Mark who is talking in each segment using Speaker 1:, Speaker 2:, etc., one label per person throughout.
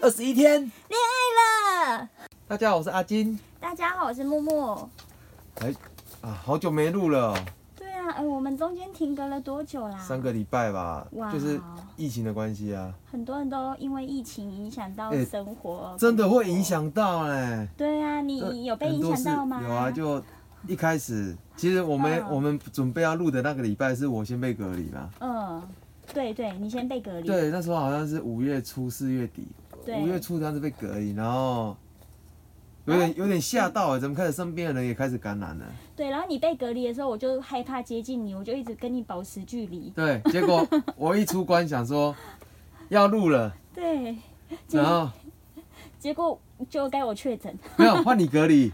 Speaker 1: 二十一天。
Speaker 2: 了。
Speaker 1: 大家好，我是阿金。
Speaker 2: 大家好，我是默默。
Speaker 1: 哎，啊，好久没录了哦，
Speaker 2: 对啊，呃，我们中间停隔了多久啦？
Speaker 1: 三个礼拜吧，
Speaker 2: 哇
Speaker 1: 就是疫情的关系啊，
Speaker 2: 很多人都因为疫情影响到
Speaker 1: 哎
Speaker 2: 生活，
Speaker 1: 真的会影
Speaker 2: 工作。
Speaker 1: 响到哎、
Speaker 2: 对啊，
Speaker 1: 这
Speaker 2: 你有被
Speaker 1: 很
Speaker 2: 影
Speaker 1: 多
Speaker 2: 响到
Speaker 1: 事
Speaker 2: 吗？
Speaker 1: 有啊，就一开始，其实我们、
Speaker 2: 嗯
Speaker 1: 我们准备要录的那个礼拜是我先被隔离嘛。
Speaker 2: 嗯，对对，你先被隔离。
Speaker 1: 对，那时候好像是五月初四月底，
Speaker 2: 对
Speaker 1: 五月初当时被隔离，然后有
Speaker 2: 然后
Speaker 1: 点有点吓到哎，怎么开始身边的人也开始感染了？
Speaker 2: 对然后你被隔离的时候，我就害怕接近你，我就一直跟你保持距离。
Speaker 1: 对，结果我一出关想说要录了，
Speaker 2: 对，
Speaker 1: 然后
Speaker 2: 结果就该我确诊。
Speaker 1: 没有换你隔离，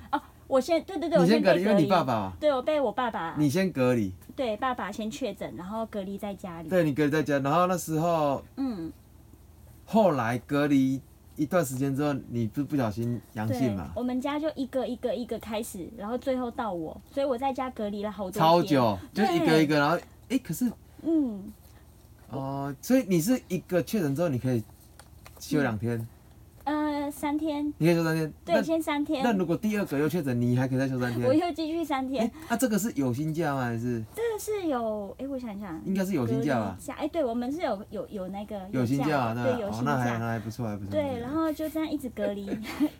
Speaker 2: 我先对对对，我
Speaker 1: 你先
Speaker 2: 先
Speaker 1: 隔
Speaker 2: 被
Speaker 1: 离，因为你爸爸嘛，
Speaker 2: 对我被我爸爸，
Speaker 1: 你先隔离，
Speaker 2: 对爸爸先确诊，然后隔离在家里。
Speaker 1: 对你隔离在家，然后那时候
Speaker 2: 嗯，
Speaker 1: 后来隔离一段时间之后，你不不小心阳性
Speaker 2: 对
Speaker 1: 嘛，，
Speaker 2: 我们家就一个一个一个开始，然后最后到我，所以我在家隔离了好多
Speaker 1: 超
Speaker 2: 天。
Speaker 1: 久，就
Speaker 2: 对
Speaker 1: 一个一个，然后哎，可是
Speaker 2: 嗯，
Speaker 1: 哦，所以你是一个确诊之后，你可以休两天，
Speaker 2: 呃，三天，
Speaker 1: 你可以休三天，
Speaker 2: 嗯对，
Speaker 1: 那
Speaker 2: 先三天
Speaker 1: 那，如果第二个又确诊，你还可以再休三
Speaker 2: 我
Speaker 1: 天。
Speaker 2: 又继续三天
Speaker 1: 哎。，那这个是有薪假吗？还是
Speaker 2: 这个是有，哎，我想一想，
Speaker 1: 应该是有
Speaker 2: 隔
Speaker 1: 薪
Speaker 2: 离
Speaker 1: 假吧？
Speaker 2: 假，哎，对，我们是有有有那个
Speaker 1: 有薪假啊，那
Speaker 2: 对，有
Speaker 1: 哦
Speaker 2: 薪
Speaker 1: 那还嗯
Speaker 2: 假。
Speaker 1: 那还不错，还不错。
Speaker 2: 对，然后就这样一直隔离，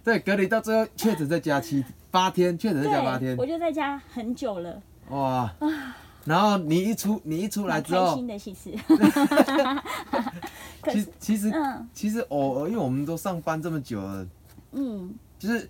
Speaker 1: 对隔离到最后确诊再加七八天，确 诊再加八
Speaker 2: 对，
Speaker 1: 天
Speaker 2: 我，就在家很久了，
Speaker 1: 哇！然后你一出你一出来
Speaker 2: 蛮
Speaker 1: 之
Speaker 2: 开
Speaker 1: 后
Speaker 2: 心，的其实。 可
Speaker 1: 其
Speaker 2: 是，
Speaker 1: 其实
Speaker 2: 嗯
Speaker 1: 其实偶尔，因为我们都上班这么久了，
Speaker 2: 嗯
Speaker 1: 就是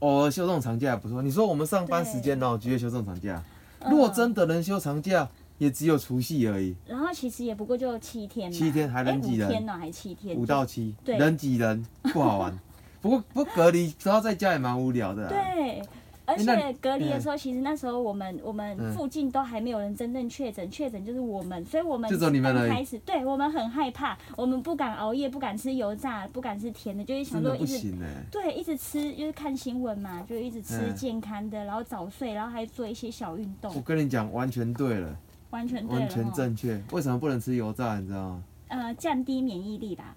Speaker 1: 偶尔休这种长假也不错。你说我们上班
Speaker 2: 对
Speaker 1: 时间然后直接休这种长假，
Speaker 2: 嗯
Speaker 1: 如果真的能休长假，也只有除夕而已，
Speaker 2: 然后其实也不过就七天嘛，
Speaker 1: 七天还
Speaker 2: 哎
Speaker 1: 能挤
Speaker 2: 五
Speaker 1: 人
Speaker 2: 天呢，还七天，
Speaker 1: 五到七，
Speaker 2: 对
Speaker 1: 人挤人不好 玩。不过不过隔离，主要在家也蛮无聊的、啊。
Speaker 2: 对，而
Speaker 1: 那嗯
Speaker 2: 且隔离的时候，其实那时候我们我们附近都还没有人真正确诊，确诊就是我们，所以我们
Speaker 1: 就只有你们
Speaker 2: 刚
Speaker 1: 而已
Speaker 2: 开始，对我们很害怕，我们不敢熬夜，不敢吃油炸，不敢吃甜的，就是想
Speaker 1: 真的
Speaker 2: 说
Speaker 1: 不
Speaker 2: 一直。
Speaker 1: 行哎、
Speaker 2: 对，一直吃就是看新闻嘛，就一直吃
Speaker 1: 嗯
Speaker 2: 健康的，然后早睡，然后还做一些小运
Speaker 1: 我
Speaker 2: 动，
Speaker 1: 跟你讲，完全对了，
Speaker 2: 完全对了哦
Speaker 1: 完全
Speaker 2: 齁
Speaker 1: 正确。为什么不能吃油炸？你知道吗？
Speaker 2: 呃，降低免疫力吧，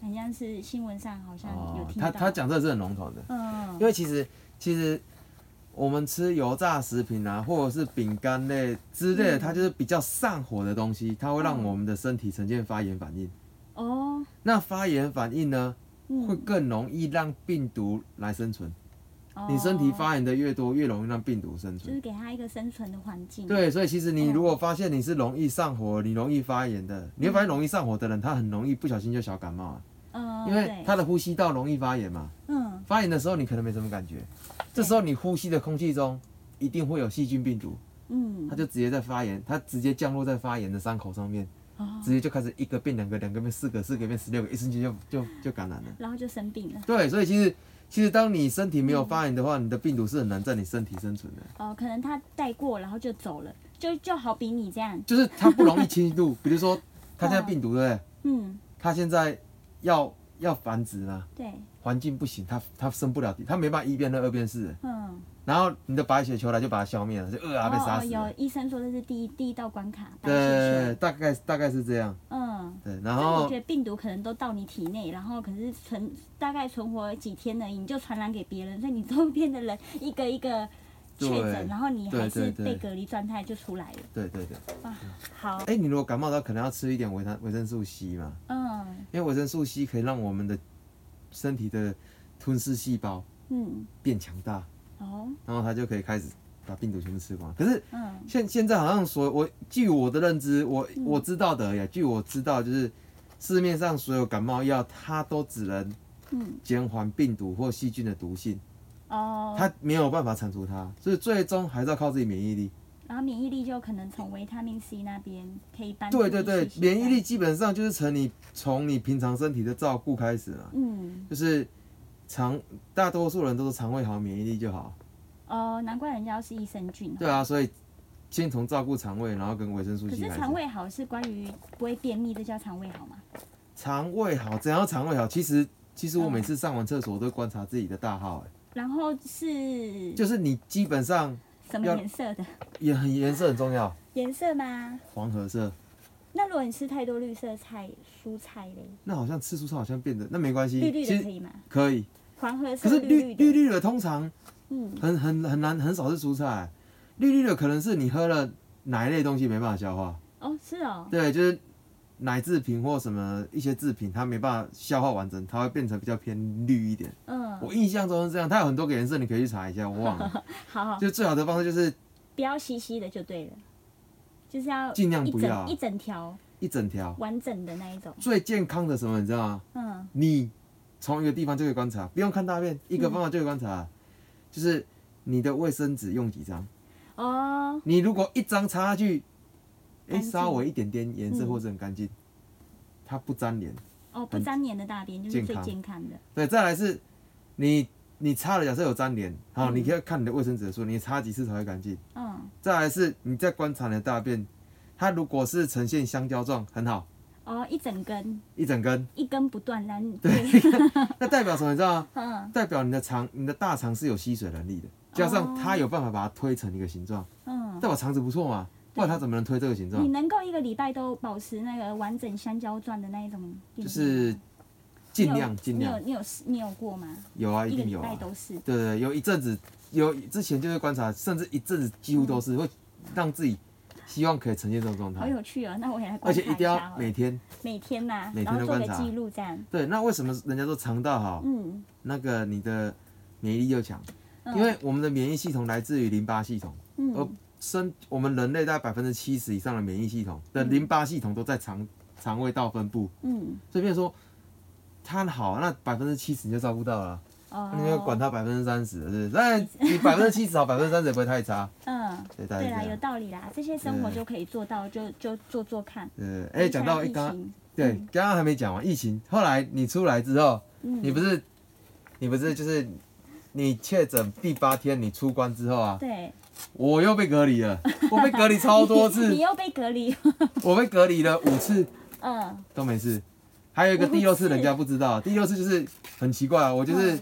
Speaker 2: 好像是新闻上好像嗯有听到。
Speaker 1: 哦他他讲这个是很笼统的，
Speaker 2: 嗯
Speaker 1: 因为其实其实我们吃油炸食品啊，或者是饼干类之类的，
Speaker 2: 嗯
Speaker 1: 它就是比较上火的东西，它会让我们的身体呈现发炎反应。
Speaker 2: 哦，
Speaker 1: 那发炎反应呢，会
Speaker 2: 嗯，
Speaker 1: 更容易让病毒来生存。你身体
Speaker 2: 哦
Speaker 1: 发炎的越多，越容易让病毒生
Speaker 2: 就
Speaker 1: 存
Speaker 2: 是。给他一个生存的环境。
Speaker 1: 对，所以其实你
Speaker 2: 嗯
Speaker 1: 如果发现你是容易上火，你容易发炎的，你会发现容易上火的人，他很容易不小心就小感冒了，
Speaker 2: 嗯，
Speaker 1: 因为
Speaker 2: 对
Speaker 1: 他的呼吸道容易发炎嘛。
Speaker 2: 嗯
Speaker 1: 发炎的时候你可能没什么感觉，这时候你呼吸的空气中一定会有细菌病毒，
Speaker 2: 嗯
Speaker 1: 它，就直接在发炎，它直接降落在发炎的伤口上面，
Speaker 2: 哦
Speaker 1: 直接就开始一个变两个，两个变四个，四个变十六个，一瞬间就就就感染了。
Speaker 2: 然后就生病了。
Speaker 1: 对，所以其实其实当你身体没有发炎的话，你的病毒是很难在你身体生存的，
Speaker 2: 哦，可能他带过，然后就走了，就就好比你这样，
Speaker 1: 就是它不容易侵入。比如说，它现在病毒对不对？
Speaker 2: 嗯，
Speaker 1: 它现在要要繁殖嘛，
Speaker 2: 对，
Speaker 1: 环境不行，它它生不了体，它没办法一变二，二变四，
Speaker 2: 嗯，
Speaker 1: 然后你的白血球来就把它消灭了，就呃啊被杀
Speaker 2: 哦，
Speaker 1: 死了。
Speaker 2: 有医生说这是第一第一道关卡，白血
Speaker 1: 对，
Speaker 2: 球，
Speaker 1: 大概大概是这样。
Speaker 2: 嗯。
Speaker 1: 对，然
Speaker 2: 但我
Speaker 1: 后
Speaker 2: 觉得病毒可能都到你体内，然后可是存大概存活几天而已，你就传染给别人，所以你周边的人一个一个确
Speaker 1: 对
Speaker 2: 诊，然后你
Speaker 1: 对
Speaker 2: 还是
Speaker 1: 对对
Speaker 2: 被隔离状态就出来了。
Speaker 1: 对对对，
Speaker 2: 哇，好，
Speaker 1: 哎、你如果感冒的话，可能要吃一点维他维生素 C 嘛，
Speaker 2: 嗯
Speaker 1: 因为维生素 C 可以让我们的身体的吞噬细胞
Speaker 2: 嗯，
Speaker 1: 变强大，
Speaker 2: 哦，
Speaker 1: 然后它就可以开始把病毒全部吃光。可是
Speaker 2: 嗯
Speaker 1: 现现在好像所我据我的认知，我我知道的呀，据我知道就是市面上所有感冒药，它都只能
Speaker 2: 嗯。
Speaker 1: 减缓病毒或细菌的毒性，
Speaker 2: 哦，
Speaker 1: 它没有办法铲除它，所以最终还是要靠自己免疫力。
Speaker 2: 然后免疫力就可能从维他命 C 那边可以帮助
Speaker 1: 对对对
Speaker 2: 一，些
Speaker 1: 免疫力，基本上就是从你从你平常身体的照顾开始嘛，
Speaker 2: 嗯，
Speaker 1: 就是肠大多数人都是肠胃好，免疫力就好。
Speaker 2: 哦，难怪人家是益生菌哦。
Speaker 1: 对啊，所以先从照顾肠胃，然后跟维生素
Speaker 2: 可
Speaker 1: C
Speaker 2: 是
Speaker 1: 开始。
Speaker 2: 肠胃好是关于不会便秘，这叫肠胃好吗？
Speaker 1: 肠胃好，怎样肠胃好？其实其实我
Speaker 2: 嗯
Speaker 1: 每次上完厕所我都观察自己的大号、欸，
Speaker 2: 然后是
Speaker 1: 就是你基本上
Speaker 2: 什么
Speaker 1: 要
Speaker 2: 颜色的？
Speaker 1: 也很颜色很重要，
Speaker 2: 颜色吗？
Speaker 1: 黄褐色，
Speaker 2: 那如果你吃太多绿色菜、蔬菜嘞，
Speaker 1: 那好像吃蔬菜好像变得那没关系，
Speaker 2: 绿绿
Speaker 1: 其
Speaker 2: 的可
Speaker 1: 实
Speaker 2: 以吗？
Speaker 1: 可以。
Speaker 2: 黄褐
Speaker 1: 可
Speaker 2: 色
Speaker 1: 是
Speaker 2: 绿
Speaker 1: 绿绿
Speaker 2: 的，
Speaker 1: 绿的通常
Speaker 2: 嗯，
Speaker 1: 很很很难很少是蔬菜，绿绿的可能是你喝了哪一类东西没办法消化，
Speaker 2: 哦，是哦，
Speaker 1: 对，就是奶制品或什么一些制品它没办法消化完整，它会变成比较偏绿一点。
Speaker 2: 嗯，
Speaker 1: 我印象中是这样，它有很多个颜色，你可以去查一下，我忘了。
Speaker 2: 好好，
Speaker 1: 就最好的方式就是
Speaker 2: 不要稀稀的就对了，就是要
Speaker 1: 尽量
Speaker 2: 一
Speaker 1: 不
Speaker 2: 整
Speaker 1: 要
Speaker 2: 一整条
Speaker 1: 一整条。
Speaker 2: 完整的那一种，
Speaker 1: 最健康的什么你知道吗？
Speaker 2: 嗯，
Speaker 1: 你从一个地方就可以观察，不用看大便，一个方法就可以观察，就是你的卫生纸用几张。
Speaker 2: 哦，
Speaker 1: 你如果一张插下去，哎、
Speaker 2: 干净
Speaker 1: 稍微一点点颜色
Speaker 2: 嗯
Speaker 1: 或者很干净，它不粘连。
Speaker 2: 哦，不粘黏的大便就
Speaker 1: 嗯
Speaker 2: 是
Speaker 1: 健
Speaker 2: 最
Speaker 1: 康
Speaker 2: 健康的，
Speaker 1: 对，再来是你你擦了，假设有粘连，好，
Speaker 2: 嗯
Speaker 1: 你可以看你的卫生纸的数，你擦几次才会干净。
Speaker 2: 嗯，
Speaker 1: 再来是你在观察你的大便，它如果是呈现香蕉状，很好，
Speaker 2: 哦，一整根
Speaker 1: 一整根，
Speaker 2: 一根不断，然后
Speaker 1: 那代表什么？你知道 吗？
Speaker 2: 嗯
Speaker 1: 代表你的肠、你的大肠是有吸水能力的，加上它有办法把它推成一个形状，
Speaker 2: 哦 嗯，
Speaker 1: 代表肠子不错嘛，不然它怎么能推这个形
Speaker 2: 你
Speaker 1: 状？
Speaker 2: 能够一个礼拜都保持那个完整香蕉状的那一种便便吗，
Speaker 1: 就是
Speaker 2: 你
Speaker 1: 尽
Speaker 2: 有
Speaker 1: 量尽量
Speaker 2: 你有你有试你有过吗？
Speaker 1: 有啊，一
Speaker 2: 一个
Speaker 1: 定
Speaker 2: 礼
Speaker 1: 有
Speaker 2: 拜
Speaker 1: 啊。
Speaker 2: 都是，
Speaker 1: 对对，有一阵子有之前就是观察，甚至一阵子几乎都
Speaker 2: 嗯
Speaker 1: 是会让自己希望可以呈现这种状
Speaker 2: 好
Speaker 1: 态，
Speaker 2: 有趣哦，那我也来
Speaker 1: 而
Speaker 2: 观察
Speaker 1: 且一定
Speaker 2: 下
Speaker 1: 要
Speaker 2: 好了
Speaker 1: 每天。
Speaker 2: 每天呐，
Speaker 1: 每天
Speaker 2: 然后
Speaker 1: 都
Speaker 2: 做个
Speaker 1: 观察
Speaker 2: 记录这样，
Speaker 1: 对，那为什么人家说肠道好，
Speaker 2: 嗯，
Speaker 1: 那个你的免疫力就强？
Speaker 2: 嗯
Speaker 1: 因为我们的免疫系统来自于淋巴系统，而
Speaker 2: 嗯
Speaker 1: 身我们人类大概百分之七十以上的免疫系统的淋巴系统都在肠肠胃道分布，
Speaker 2: 嗯
Speaker 1: 所以变成说它好，啊那百分之七十你就照顾到了，啊
Speaker 2: 哦，
Speaker 1: 那你要管它百分之三十，是不是？那 你百分之七十好，百分之三十也不会太差，
Speaker 2: 嗯，
Speaker 1: 对，大概
Speaker 2: 对
Speaker 1: 是
Speaker 2: 啦，
Speaker 1: 这
Speaker 2: 有
Speaker 1: 样。
Speaker 2: 道理啦，这些生活
Speaker 1: 对
Speaker 2: 就可以做到，就就做做看。
Speaker 1: 呃，哎，讲到
Speaker 2: 疫
Speaker 1: 刚刚
Speaker 2: 情，
Speaker 1: 对
Speaker 2: 嗯，
Speaker 1: 刚刚还没讲完疫情，后来你出来之后，你
Speaker 2: 嗯，
Speaker 1: 不是，你不是就是，你确诊第八天你出关之后啊，
Speaker 2: 对，
Speaker 1: 我又被隔离 了，我被隔离超多
Speaker 2: 你
Speaker 1: 次，
Speaker 2: 又被隔离，
Speaker 1: 我被隔离了五次
Speaker 2: 嗯
Speaker 1: 都没事，还有一个
Speaker 2: 五次
Speaker 1: 第六次人家不知道，第六次就是很奇怪啊，我就是
Speaker 2: 嗯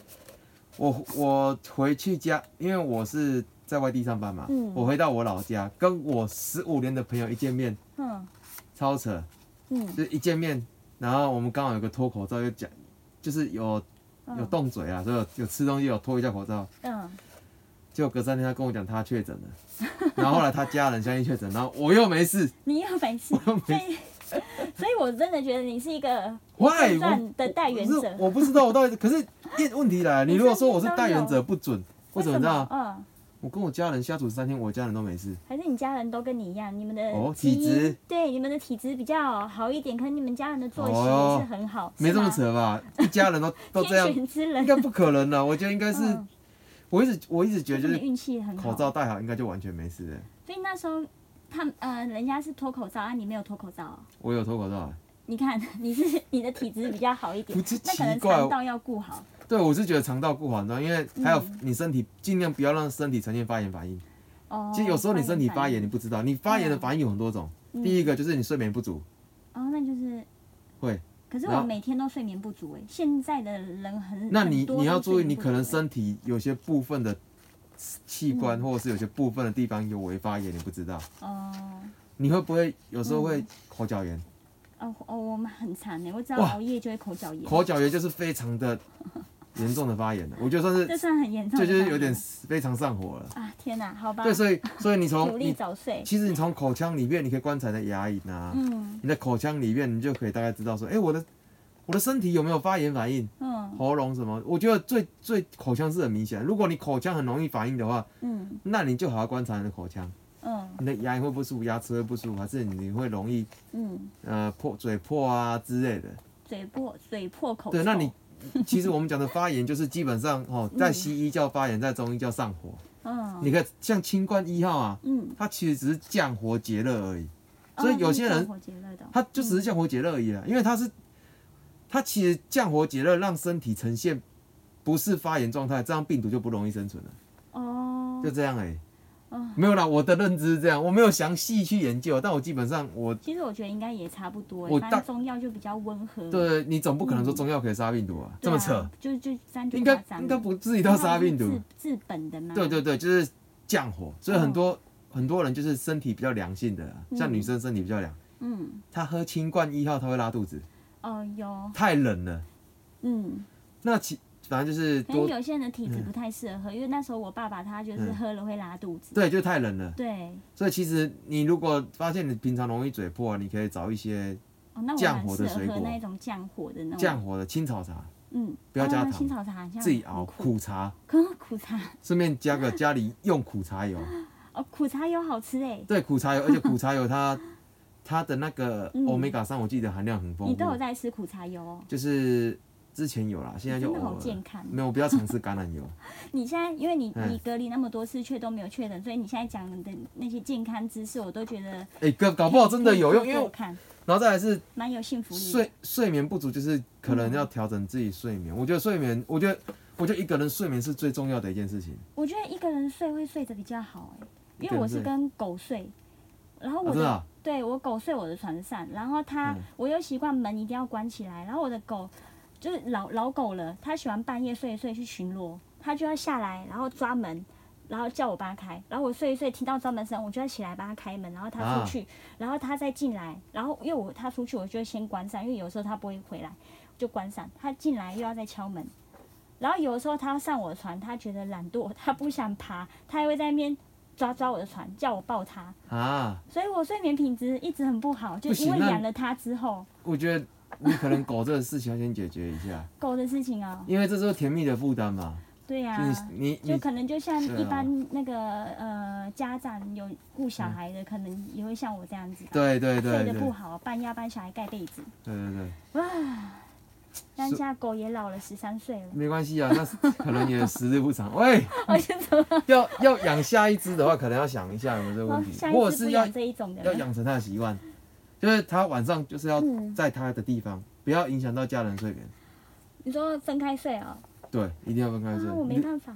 Speaker 1: 我我回去家，因为我是在外地上班嘛
Speaker 2: 嗯，
Speaker 1: 我回到我老家，跟我十五年的朋友一见面，
Speaker 2: 嗯
Speaker 1: 超扯，
Speaker 2: 嗯，
Speaker 1: 就是一见面，然后我们刚好有个脱口罩就讲，就是有有
Speaker 2: 嗯
Speaker 1: 动嘴啊，所以有有吃东西有脱一下口罩。
Speaker 2: 嗯，
Speaker 1: 结果隔三天他跟我讲他确诊了，然后后来他家人相信确诊，然后我又没事，
Speaker 2: 你又 没事，
Speaker 1: 又
Speaker 2: 所以所以我真的觉得你是一个
Speaker 1: 喂，我
Speaker 2: 战的代言
Speaker 1: 不是
Speaker 2: 者。
Speaker 1: 我不知道我到底，可是一问题来了，你如果说我是代言者不准，为什么你知道吗？
Speaker 2: 嗯，
Speaker 1: 我跟我家人相处三天，我家人都没事，
Speaker 2: 还是你家人都跟你一样，你们的
Speaker 1: 哦
Speaker 2: 基因
Speaker 1: 体质
Speaker 2: 对你们的体质比较好一点，可能你们家人的作息
Speaker 1: 哦
Speaker 2: 也是很好，
Speaker 1: 没这么
Speaker 2: 是吗，
Speaker 1: 扯吧？一家 人都都这样，
Speaker 2: 天选之
Speaker 1: 应
Speaker 2: 人。
Speaker 1: 该不可能的。我觉得应该是，
Speaker 2: 嗯
Speaker 1: 我一直我一直觉得就
Speaker 2: 你们
Speaker 1: 是
Speaker 2: 运气很好
Speaker 1: 口，罩戴好，应该就完全没事了。
Speaker 2: 嗯所以那时候他们呃，人家是脱口罩啊，你没有脱口罩哦、
Speaker 1: 我有脱口罩，啊
Speaker 2: 你看， 你是你的体质比较好一点
Speaker 1: 不，是
Speaker 2: 那
Speaker 1: 奇
Speaker 2: 可能
Speaker 1: 怪
Speaker 2: 肠，道要顾好。
Speaker 1: 对我是觉得肠道顾好，你知道，因为还有
Speaker 2: 嗯
Speaker 1: 你身体尽量不要让身体呈现发炎反应。
Speaker 2: 哦，
Speaker 1: 其实有时候你身体发炎，你
Speaker 2: 你
Speaker 1: 不知道，你发
Speaker 2: 啊
Speaker 1: 炎的反应有很多种。
Speaker 2: 嗯
Speaker 1: 第一个就是你睡眠不足，
Speaker 2: 哦，那就是
Speaker 1: 会。
Speaker 2: 可是
Speaker 1: 然
Speaker 2: 我
Speaker 1: 后
Speaker 2: 每天都睡眠不足哎，现在的人很
Speaker 1: 那你
Speaker 2: 嗯很多
Speaker 1: 你要
Speaker 2: 都
Speaker 1: 注
Speaker 2: 睡
Speaker 1: 意，
Speaker 2: 眠
Speaker 1: 你
Speaker 2: 不嗯
Speaker 1: 可能
Speaker 2: 足欸
Speaker 1: 身体有些部分的器官，或者是有些部分的地方有微发炎，你不知道。
Speaker 2: 哦
Speaker 1: 你会不会有时候会
Speaker 2: 嗯
Speaker 1: 口角炎？
Speaker 2: 哦哦，我们很惨哎，我只要
Speaker 1: 哇
Speaker 2: 熬夜就会口角炎，
Speaker 1: 口角炎就是非常的严重的发炎了，我觉得算
Speaker 2: 这
Speaker 1: 是
Speaker 2: 算很严重
Speaker 1: 这
Speaker 2: 的
Speaker 1: 就
Speaker 2: 反应
Speaker 1: 是
Speaker 2: 了，
Speaker 1: 有点非常上火了。
Speaker 2: 啊天哪，好吧，
Speaker 1: 对，所以所以你
Speaker 2: 努
Speaker 1: 从
Speaker 2: 力
Speaker 1: 哦你
Speaker 2: 早睡，
Speaker 1: 其实你从口腔里面，你可以观察你的牙龈啊，
Speaker 2: 嗯
Speaker 1: 你的口腔里面，你就可以大概知道说，哎，我的我的身体有没有发炎反应？
Speaker 2: 嗯
Speaker 1: 喉咙什么，我觉得最最口腔是很明显。如果你口腔很容易反应的话，
Speaker 2: 嗯
Speaker 1: 那你就好好观察你的口腔，
Speaker 2: 嗯
Speaker 1: 你的牙龈会不舒服，牙齿会不舒服，还是你会容易
Speaker 2: 嗯，
Speaker 1: 呃破嘴破啊之类的。
Speaker 2: 嘴破嘴破口
Speaker 1: 对，那
Speaker 2: 臭
Speaker 1: 你其实我们讲的发炎，就是基本上哦，在西医叫发炎，在中医叫上火。
Speaker 2: 嗯
Speaker 1: 你看，像清冠一号啊，
Speaker 2: 嗯，
Speaker 1: 它其实只是降火解热而已，
Speaker 2: 哦
Speaker 1: 所以有
Speaker 2: 那
Speaker 1: 些
Speaker 2: 是
Speaker 1: 人
Speaker 2: 降火解热的哦
Speaker 1: 它就只是降火解热而已啦，啊因为它是它其实降火解热，让身体呈现不是发炎状态，这样病毒就不容易生存了。
Speaker 2: 哦，
Speaker 1: 就这样哎、
Speaker 2: 哦
Speaker 1: 没有啦，我的认知是这样，我没有详细去研究，但我基本上我
Speaker 2: 其实我觉得应该也差不多欸，
Speaker 1: 我
Speaker 2: 反
Speaker 1: 大
Speaker 2: 正中药就比较温和。对啊，
Speaker 1: 对你总不可能说中药可以杀病毒啊，这么扯，
Speaker 2: 就就这样就
Speaker 1: 应
Speaker 2: 夸
Speaker 1: 该
Speaker 2: 张
Speaker 1: 应
Speaker 2: 了
Speaker 1: 该不至于到杀病毒，
Speaker 2: 治治本的吗？
Speaker 1: 对对对，就是降火，所以很多、很多人就是身体比较良性的啦，像
Speaker 2: 嗯
Speaker 1: 女生身体比较凉，
Speaker 2: 嗯，
Speaker 1: 他喝清冠一号他会拉肚子，
Speaker 2: 哦有，
Speaker 1: 太冷了。
Speaker 2: 嗯，
Speaker 1: 那其反正就是
Speaker 2: 可能
Speaker 1: 多
Speaker 2: 哎有些人的体质不太适合喝，因为那时候我爸爸他就是
Speaker 1: 嗯
Speaker 2: 喝了会拉肚子。
Speaker 1: 对，就太冷了。
Speaker 2: 对，
Speaker 1: 所以其实你如果发现你平常容易嘴破啊，你可以找一些
Speaker 2: 哦，那我
Speaker 1: 降
Speaker 2: 蛮
Speaker 1: 火
Speaker 2: 适
Speaker 1: 的
Speaker 2: 合
Speaker 1: 水
Speaker 2: 喝
Speaker 1: 果
Speaker 2: 那一种降火的那种。
Speaker 1: 降火的青草茶，
Speaker 2: 嗯，
Speaker 1: 不要加
Speaker 2: 啊
Speaker 1: 糖
Speaker 2: 青草茶好像
Speaker 1: 自己熬
Speaker 2: 很
Speaker 1: 苦茶，
Speaker 2: 苦 苦茶
Speaker 1: 顺便加 个家里用苦茶油。
Speaker 2: 哦，苦茶油好吃哎，
Speaker 1: 对，苦茶 油，而且苦茶油它它的那个
Speaker 2: 嗯
Speaker 1: omega 三，我记得含量很丰
Speaker 2: 你都有
Speaker 1: 富，
Speaker 2: 在吃苦茶油哦。
Speaker 1: 就是之前有啦，现在就
Speaker 2: 真的
Speaker 1: 偶
Speaker 2: 好
Speaker 1: 尔
Speaker 2: 健康
Speaker 1: 没有，我比较常吃橄榄油。
Speaker 2: 你现在因为你
Speaker 1: 嗯
Speaker 2: 你隔离那么多次却都没有确诊，所以你现在讲的那些健康知识，我都觉得
Speaker 1: 哎、哥，搞不好真的有用，
Speaker 2: 可以
Speaker 1: 因
Speaker 2: 给我
Speaker 1: 为
Speaker 2: 看
Speaker 1: 然后再来是
Speaker 2: 蛮有幸福力的。
Speaker 1: 睡睡眠不足，就是可
Speaker 2: 嗯
Speaker 1: 能要调整自己睡眠。我觉得睡眠，我觉得我觉得一个人睡眠是最重要的一件事情。
Speaker 2: 我觉得一个人睡会睡得比较好哎、
Speaker 1: 一
Speaker 2: 因
Speaker 1: 个人
Speaker 2: 为我是
Speaker 1: 睡
Speaker 2: 跟狗睡，然后
Speaker 1: 啊
Speaker 2: 我
Speaker 1: 真
Speaker 2: 的、
Speaker 1: 的啊
Speaker 2: 对我狗睡我的床上，然后它、
Speaker 1: 嗯
Speaker 2: 我又习惯门一定要关起来，然后我的狗就是老老狗了，它喜欢半夜睡一睡去巡逻，它就要下来然后抓门。然后叫我帮它开，然后我睡一睡，听到抓门声，我就要起来帮它开门，然后它
Speaker 1: 啊
Speaker 2: 出去，然后它再进来，然后因为我它出去，我就会先关上，因为有时候它不会回来，就关上，它进来又要再敲门，然后有的时候他上我的船，他觉得懒惰，他不想爬，他还会在那边抓抓我的船，叫我抱他。
Speaker 1: 啊，
Speaker 2: 所以我睡眠品质一直很不好，就
Speaker 1: 不行
Speaker 2: 因为
Speaker 1: 那
Speaker 2: 养了它之后，
Speaker 1: 我觉得你可能狗这个事情要先解决一下，
Speaker 2: 狗的事情啊，
Speaker 1: 因为这就是甜蜜的负担嘛。
Speaker 2: 对呀、
Speaker 1: 就是你
Speaker 2: 啊就
Speaker 1: 你
Speaker 2: 可能就像
Speaker 1: 对啊
Speaker 2: 一般那个、呃家长有顾小孩的，可能也会像我这样子吧，
Speaker 1: 对对对
Speaker 2: 睡
Speaker 1: 对
Speaker 2: 得
Speaker 1: 对
Speaker 2: 不好，半夜帮小孩盖被子，
Speaker 1: 对对，
Speaker 2: 但现在狗也老了十三岁了，
Speaker 1: 没关系啊，那是可能也时日不长。喂，
Speaker 2: 而且哎怎么
Speaker 1: 要要养下一只的话，可能要想一下有没有这个
Speaker 2: 哦
Speaker 1: 问题，
Speaker 2: 下
Speaker 1: 或
Speaker 2: 一
Speaker 1: 者
Speaker 2: 次不
Speaker 1: 是要
Speaker 2: 养这一种的
Speaker 1: 要
Speaker 2: 了？
Speaker 1: 养成它的习惯，就是它晚上就是要
Speaker 2: 嗯
Speaker 1: 在它的地方，不要影响到家人睡眠。
Speaker 2: 你说分开睡哦，
Speaker 1: 对，一定要分开睡
Speaker 2: 啊，。我没
Speaker 1: 你
Speaker 2: 办法。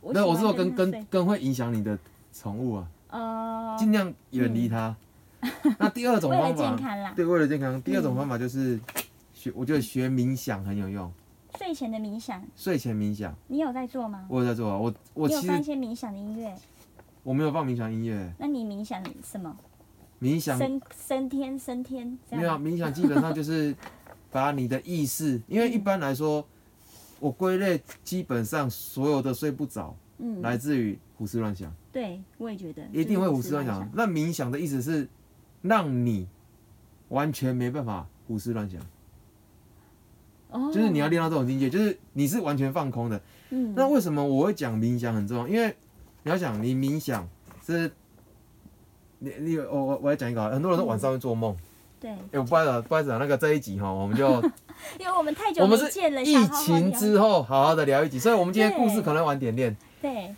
Speaker 2: 我
Speaker 1: 那我
Speaker 2: 喜
Speaker 1: 说
Speaker 2: 欢
Speaker 1: 跟
Speaker 2: 它
Speaker 1: 跟
Speaker 2: 睡
Speaker 1: 跟会影响你的宠物啊，
Speaker 2: 呃，
Speaker 1: 尽量远离它。那第二种
Speaker 2: 嗯 为了
Speaker 1: 方法，
Speaker 2: 健康啦，
Speaker 1: 对，为了健康。第二
Speaker 2: 嗯
Speaker 1: 种方法就是学，我觉得学冥想很有用，
Speaker 2: 睡前的冥想，
Speaker 1: 睡前冥想
Speaker 2: 你有在做吗？
Speaker 1: 我有在做啊，我我
Speaker 2: 你有
Speaker 1: 其
Speaker 2: 放一
Speaker 1: 实
Speaker 2: 些冥想的音乐？
Speaker 1: 我没有放冥想音乐，
Speaker 2: 那你冥想什么？
Speaker 1: 冥想
Speaker 2: 升升天，升天这
Speaker 1: 没有啊
Speaker 2: 样吗。
Speaker 1: 冥想基本上就是 把你的意识，因为一般来说，我归类基本上所有的睡不着
Speaker 2: 嗯，
Speaker 1: 来自于胡思乱想，
Speaker 2: 对，我也觉得
Speaker 1: 一定会胡思乱
Speaker 2: 就是
Speaker 1: 想。那冥想的意思是让你完全没办法胡思乱想，
Speaker 2: 哦，
Speaker 1: 就是你要练到这种境界，就是你是完全放空的。
Speaker 2: 嗯，
Speaker 1: 那为什么我会讲冥想很重要？因为你要想，你冥想是。你你我我我来讲一个好了，很多人都晚上会做梦。
Speaker 2: 对，
Speaker 1: 哎、我不好意思啊，不好意思啊，那个这一集哈，我们 就
Speaker 2: 因为我们太久
Speaker 1: 我
Speaker 2: 没
Speaker 1: 们是
Speaker 2: 见了，
Speaker 1: 疫
Speaker 2: 想好好
Speaker 1: 情
Speaker 2: 聊
Speaker 1: 之后好好的聊一集，所以我们今天故事
Speaker 2: 对
Speaker 1: 可能晚点点。
Speaker 2: 对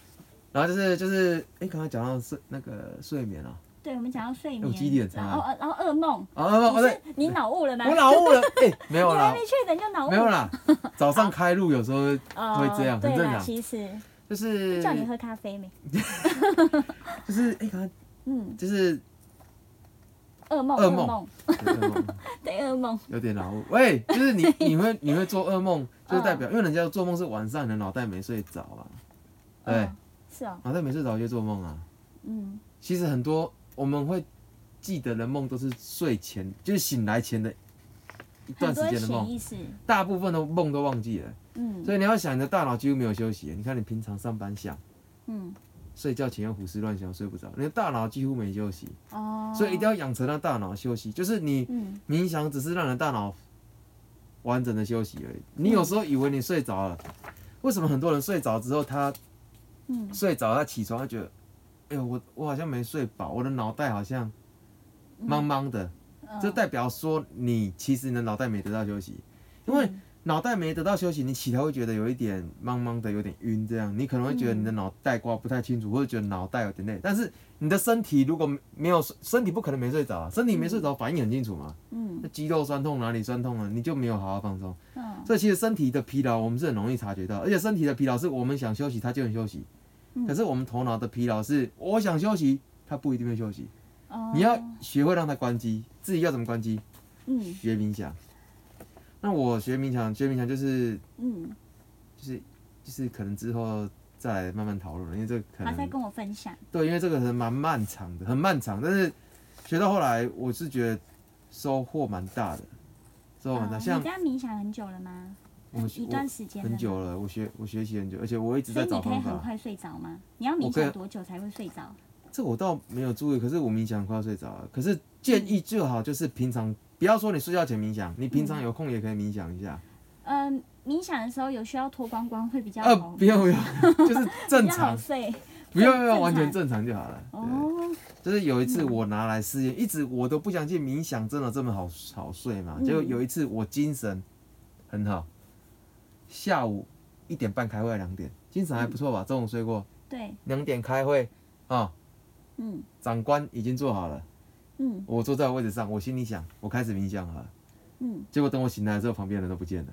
Speaker 1: 然后就是就是，哎，刚刚讲到睡那个睡眠啊，
Speaker 2: 对，我们讲到睡
Speaker 1: 哎
Speaker 2: 眠，
Speaker 1: 我记忆力很差
Speaker 2: 然后呃然后噩梦，
Speaker 1: 啊啊
Speaker 2: 你
Speaker 1: 啊对，
Speaker 2: 是你脑雾了吗？
Speaker 1: 我脑雾了，哎，没有
Speaker 2: 你还
Speaker 1: 啦
Speaker 2: 没，确诊就脑雾，
Speaker 1: 没有 啦，早上开路有时候
Speaker 2: 哦，
Speaker 1: 会这样很
Speaker 2: 对
Speaker 1: 正常
Speaker 2: 啦，
Speaker 1: 呃
Speaker 2: 其实
Speaker 1: 就是
Speaker 2: 叫你喝咖啡没？
Speaker 1: 就是哎，刚刚
Speaker 2: 嗯，
Speaker 1: 就是
Speaker 2: 噩梦，
Speaker 1: 噩
Speaker 2: 噩
Speaker 1: 梦
Speaker 2: 梦，
Speaker 1: 有点脑雾
Speaker 2: 对，噩梦。
Speaker 1: 有点脑雾，喂，就是你你会你会做噩梦，就是代表因为人家做梦是晚上你的脑袋没睡着啊，对
Speaker 2: 嗯，，是哦，
Speaker 1: 脑袋没睡着就做梦啊。
Speaker 2: 嗯，
Speaker 1: 其实很多我们会记得的梦都是睡前，就是醒来前的一段
Speaker 2: 很
Speaker 1: 时
Speaker 2: 多
Speaker 1: 间的
Speaker 2: 潜
Speaker 1: 梦，
Speaker 2: 意识，
Speaker 1: 大部分的梦都忘记了。
Speaker 2: 嗯
Speaker 1: 所以你要想，你的大脑几乎没有休息。你看你平常上班想，
Speaker 2: 嗯，睡
Speaker 1: 睡觉前又胡思乱想，睡不着，你的大脑几乎没休息。
Speaker 2: 哦，
Speaker 1: 所以一定要养成让大脑休息，就是你
Speaker 2: 嗯
Speaker 1: 冥想只是让你的大脑完整的休息而已。你有时候以为你睡着了，为什么很多人睡着之后他
Speaker 2: 嗯
Speaker 1: 睡着，他起床他觉得，哎呦，我我好像没睡饱，我的脑袋好像茫茫的，
Speaker 2: 嗯
Speaker 1: 这代表说你其实你的脑袋没得到休息，因
Speaker 2: 嗯
Speaker 1: 为脑袋没得到休息，你起来会觉得有一点茫茫的，有点晕，这样你可能会觉得你的脑袋瓜不太清楚，或者觉得脑袋有点累，但是你的身体如果没有睡身体不可能没睡着啊，身体没睡着反应很清楚嘛，
Speaker 2: 嗯
Speaker 1: 那肌肉酸痛哪里酸痛了，你就没有好好放松，
Speaker 2: 嗯
Speaker 1: 所以其实身体的疲劳我们是很容易察觉到，而且身体的疲劳是我们想休息它就能休息，
Speaker 2: 嗯
Speaker 1: 可是我们头脑的疲劳是我想休息它不一定会休息，
Speaker 2: 哦
Speaker 1: 你要学会让它关机，自己要怎么关机，
Speaker 2: 嗯
Speaker 1: 学冥想。那我学冥想，学冥想就是
Speaker 2: 嗯，
Speaker 1: 就是就是可能之后再来
Speaker 2: 啊
Speaker 1: 慢慢讨论了，因为这个可
Speaker 2: 他在
Speaker 1: 能
Speaker 2: 跟我分享，
Speaker 1: 对，因为这个可能蛮漫长的，很漫长，但是学到后来，我是觉得收获蛮大的，收获蛮大。
Speaker 2: 哦
Speaker 1: 像
Speaker 2: 你这样冥想很久了吗？
Speaker 1: 我
Speaker 2: 一
Speaker 1: 我
Speaker 2: 段时间了
Speaker 1: 很
Speaker 2: 吗
Speaker 1: 久了，我学我学习很久，而且我一直
Speaker 2: 所
Speaker 1: 在
Speaker 2: 以
Speaker 1: 找
Speaker 2: 你可以
Speaker 1: 方
Speaker 2: 很
Speaker 1: 法。
Speaker 2: 快睡着吗？你要
Speaker 1: 我
Speaker 2: 冥
Speaker 1: 可以
Speaker 2: 想多久才会睡着？
Speaker 1: 这我倒没有注意，可是我冥想很快睡着了。可是建议最好就是平常不要说你睡觉前冥想，你平常有空也可以冥想一下。
Speaker 2: 嗯，冥想的时候有需要哦脱光光会比较
Speaker 1: 呃，
Speaker 2: 好，
Speaker 1: 不用不用， 就是正
Speaker 2: 比较好
Speaker 1: 常，
Speaker 2: 睡。
Speaker 1: 不用不
Speaker 2: 正
Speaker 1: 用，
Speaker 2: 常
Speaker 1: 完全正常就好了。对，
Speaker 2: 哦，
Speaker 1: 就是有一次我拿来试验，一直我都不相信冥想真的这么好好睡嘛。
Speaker 2: 嗯
Speaker 1: 结果有一次我精神很好，下午一点半开会，两点精神还不错
Speaker 2: 嗯
Speaker 1: 吧？中午睡过，
Speaker 2: 对，
Speaker 1: 两点开会啊、
Speaker 2: 嗯
Speaker 1: 长官已经做好了。
Speaker 2: 嗯
Speaker 1: 我坐在我位置上，我心里想，我开始冥想好了。
Speaker 2: 嗯，
Speaker 1: 结果等我醒来的时候，旁边人都不见了。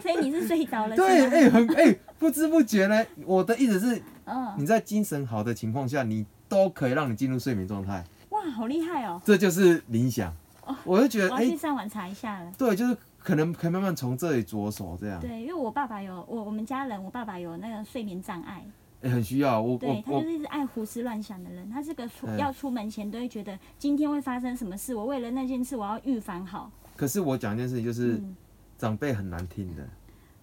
Speaker 2: 所以 你是睡着了，
Speaker 1: 对，
Speaker 2: 是吗
Speaker 1: 哎、很哎、不知不觉呢。我的意思是，
Speaker 2: 嗯，
Speaker 1: 你在精神好的情况下，你都可以让你进入睡眠状态，
Speaker 2: 哇，好厉害哦！
Speaker 1: 这就是冥想。我就觉
Speaker 2: 我
Speaker 1: 得，
Speaker 2: 要
Speaker 1: 哎、
Speaker 2: 去上网查一下了。
Speaker 1: 对，就是可能可以慢慢从这里着手，这样，
Speaker 2: 对，因为我爸爸有我我们家人，我爸爸有那个睡眠障碍，
Speaker 1: 哎、很需要。我
Speaker 2: 对
Speaker 1: 我
Speaker 2: 他就
Speaker 1: 我，
Speaker 2: 是一直爱胡思乱想的人。他是个出
Speaker 1: 嗯
Speaker 2: 要出门前都会觉得今天会发生什么事，我为了那件事我要预防好。
Speaker 1: 可是我讲一件事情，就是、
Speaker 2: 嗯，
Speaker 1: 长辈很难听的，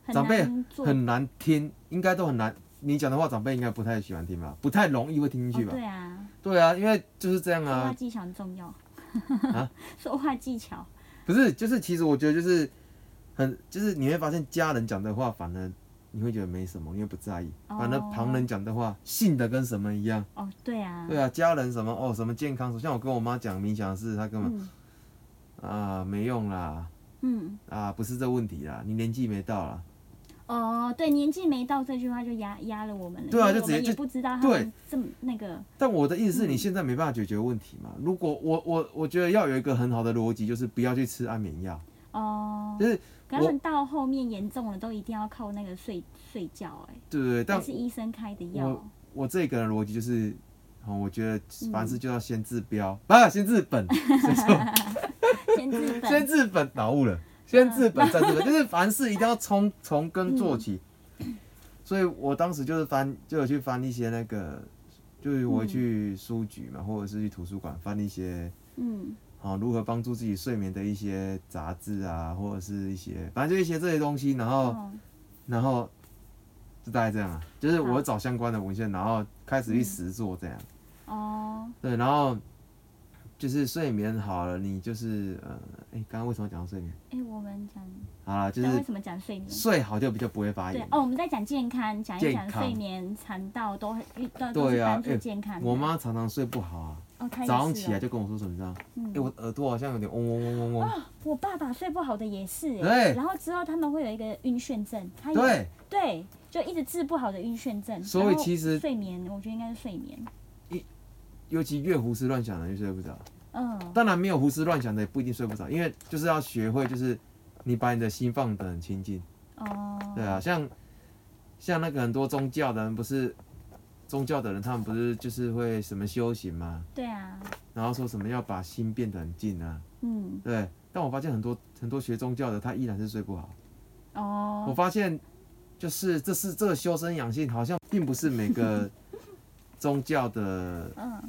Speaker 2: 很
Speaker 1: 长辈
Speaker 2: 难做。
Speaker 1: 很难听，应该都很难。你讲的话，长辈应该不太喜欢听吧？不太容易会听进去吧？
Speaker 2: 哦对啊，
Speaker 1: 对啊，因为就是这样
Speaker 2: 说
Speaker 1: 啊
Speaker 2: 话。技巧很重要。
Speaker 1: 啊
Speaker 2: 说话技巧，
Speaker 1: 不是，就是其实我觉得就是很，就是你会发现家人讲的话，反而你会觉得没什么，你会不在意，
Speaker 2: 哦
Speaker 1: 反而旁人讲的话信的跟什么一样。
Speaker 2: 哦，对啊，
Speaker 1: 对啊，家人什么哦，什么健康，像我跟我妈讲冥想的事，她根本、
Speaker 2: 嗯
Speaker 1: 啊没用啦，
Speaker 2: 嗯，
Speaker 1: 啊不是这问题啦，你年纪没到啦，
Speaker 2: 哦，对，年纪没到这句话就压压了我们了，
Speaker 1: 对啊
Speaker 2: 因为
Speaker 1: 就直
Speaker 2: 我
Speaker 1: 接
Speaker 2: 们也
Speaker 1: 就
Speaker 2: 不知道他
Speaker 1: 对
Speaker 2: 们这么那个，
Speaker 1: 但我的意思
Speaker 2: 嗯
Speaker 1: 是你现在没办法解决问题嘛。如果我我我觉得要有一个很好的逻辑，就是不要去吃安眠药，
Speaker 2: 哦，
Speaker 1: 就是
Speaker 2: 可他们到后面严重了都一定要靠那个睡睡觉、哎，
Speaker 1: 对不对？但
Speaker 2: 还是医生开的药
Speaker 1: 我，我这个人逻辑就是，哦，我觉得凡
Speaker 2: 嗯
Speaker 1: 事就要先治标，不、先治本，
Speaker 2: 先治
Speaker 1: 先
Speaker 2: 本，
Speaker 1: 治本，脑悟了，先治本再治本，就是凡事一定要从从根做起。所以我当时就是翻，就有去翻一些那个，就是我去书局嘛，或者是去图书馆翻一些。
Speaker 2: 嗯
Speaker 1: 啊、如何帮助自己睡眠的一些杂志啊，或者是一些，反正就一些这些东西，然后，
Speaker 2: 哦
Speaker 1: 然后就大概这样啊，就是我
Speaker 2: 好
Speaker 1: 找相关的文献，然后开始去实做这样。
Speaker 2: 哦，
Speaker 1: 对，然后就是睡眠好了，你就是呃，哎、刚刚为什么讲到睡眠？
Speaker 2: 哎、我们讲，
Speaker 1: 好啦，就
Speaker 2: 对为
Speaker 1: 是
Speaker 2: 什么讲睡眠？
Speaker 1: 睡好就比较不会发
Speaker 2: 对
Speaker 1: 炎。
Speaker 2: 哦，我们在讲健康，讲一
Speaker 1: 健
Speaker 2: 讲
Speaker 1: 康
Speaker 2: 睡眠、肠道都很遇到都
Speaker 1: 对
Speaker 2: 是
Speaker 1: 啊
Speaker 2: 帮助
Speaker 1: 哎
Speaker 2: 健康的、
Speaker 1: 我妈常常睡不好啊，
Speaker 2: 哦，她也
Speaker 1: 早上
Speaker 2: 是
Speaker 1: 起来
Speaker 2: 哦
Speaker 1: 就跟我说什么，你知道吗？
Speaker 2: 嗯哦
Speaker 1: 哎、我耳朵好像有点嗡嗡嗡嗡嗡。
Speaker 2: 我爸爸睡不好的也是、哎，
Speaker 1: 对
Speaker 2: 然后之后他们会有一个晕眩症，他也
Speaker 1: 对，
Speaker 2: 对，就一直治不好的晕眩症。
Speaker 1: 所以
Speaker 2: 然后
Speaker 1: 其实
Speaker 2: 睡眠，我觉得应该是睡眠。
Speaker 1: 尤其越胡思乱想的就睡不着。
Speaker 2: 嗯，
Speaker 1: 当然没有胡思乱想的也不一定睡不着，因为就是要学会就是你把你的心放得很清净。
Speaker 2: 哦，
Speaker 1: 对啊，像像那个很多宗教的人不是。宗教的人，他们不是就是会什么修行吗？
Speaker 2: 对啊，
Speaker 1: 然后说什么要把心变得很静啊，
Speaker 2: 嗯，
Speaker 1: 对，但我发现很多很多学宗教的，他依然是睡不好。我
Speaker 2: 哦，
Speaker 1: 发现就是这是这个修身养性，好像并不是每 个宗教的
Speaker 2: 嗯，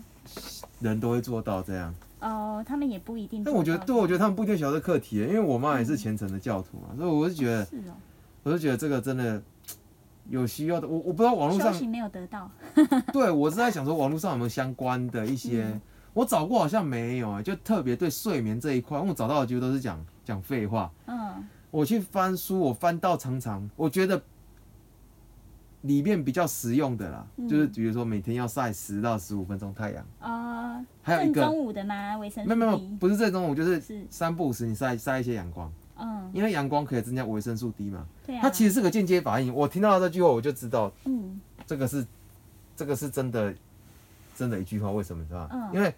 Speaker 1: 人都会做到这样。
Speaker 2: 哦，他们也不一定做
Speaker 1: 但
Speaker 2: 到。
Speaker 1: 我觉得，对我觉得他们不一定晓得课题，因为我妈也是虔诚的教徒嘛，所以我是觉得，
Speaker 2: 是哦，
Speaker 1: 我是觉得这个真的有需要的。我我不知道网络
Speaker 2: 休
Speaker 1: 上
Speaker 2: 息没有得到。
Speaker 1: 对，我是在想说网络上有没有相关的一些，我找过好像没有、欸，就特别对睡眠这一块，因为我找到的几乎都是讲讲废话。
Speaker 2: 嗯，
Speaker 1: 我去翻书，我翻到常常我觉得里面比较实用的啦，
Speaker 2: 嗯
Speaker 1: 就是比如说每天要晒十到十五分钟太阳，
Speaker 2: 呃，
Speaker 1: 还有一
Speaker 2: 正
Speaker 1: 个
Speaker 2: 中午的吗？维生
Speaker 1: 没有没有
Speaker 2: 素
Speaker 1: 没有
Speaker 2: D
Speaker 1: 不是正中午，就是
Speaker 2: 是，
Speaker 1: 三不五时你晒晒一些阳光，
Speaker 2: 嗯，
Speaker 1: 因为阳光可以增加维生素 D 嘛，
Speaker 2: 对啊。
Speaker 1: 它其
Speaker 2: 实，
Speaker 1: 实是个间接反应。我听到这句话我就知道
Speaker 2: 嗯，
Speaker 1: 这个是这个是真的真的一句话，为什么你知道吗？
Speaker 2: 嗯
Speaker 1: 因为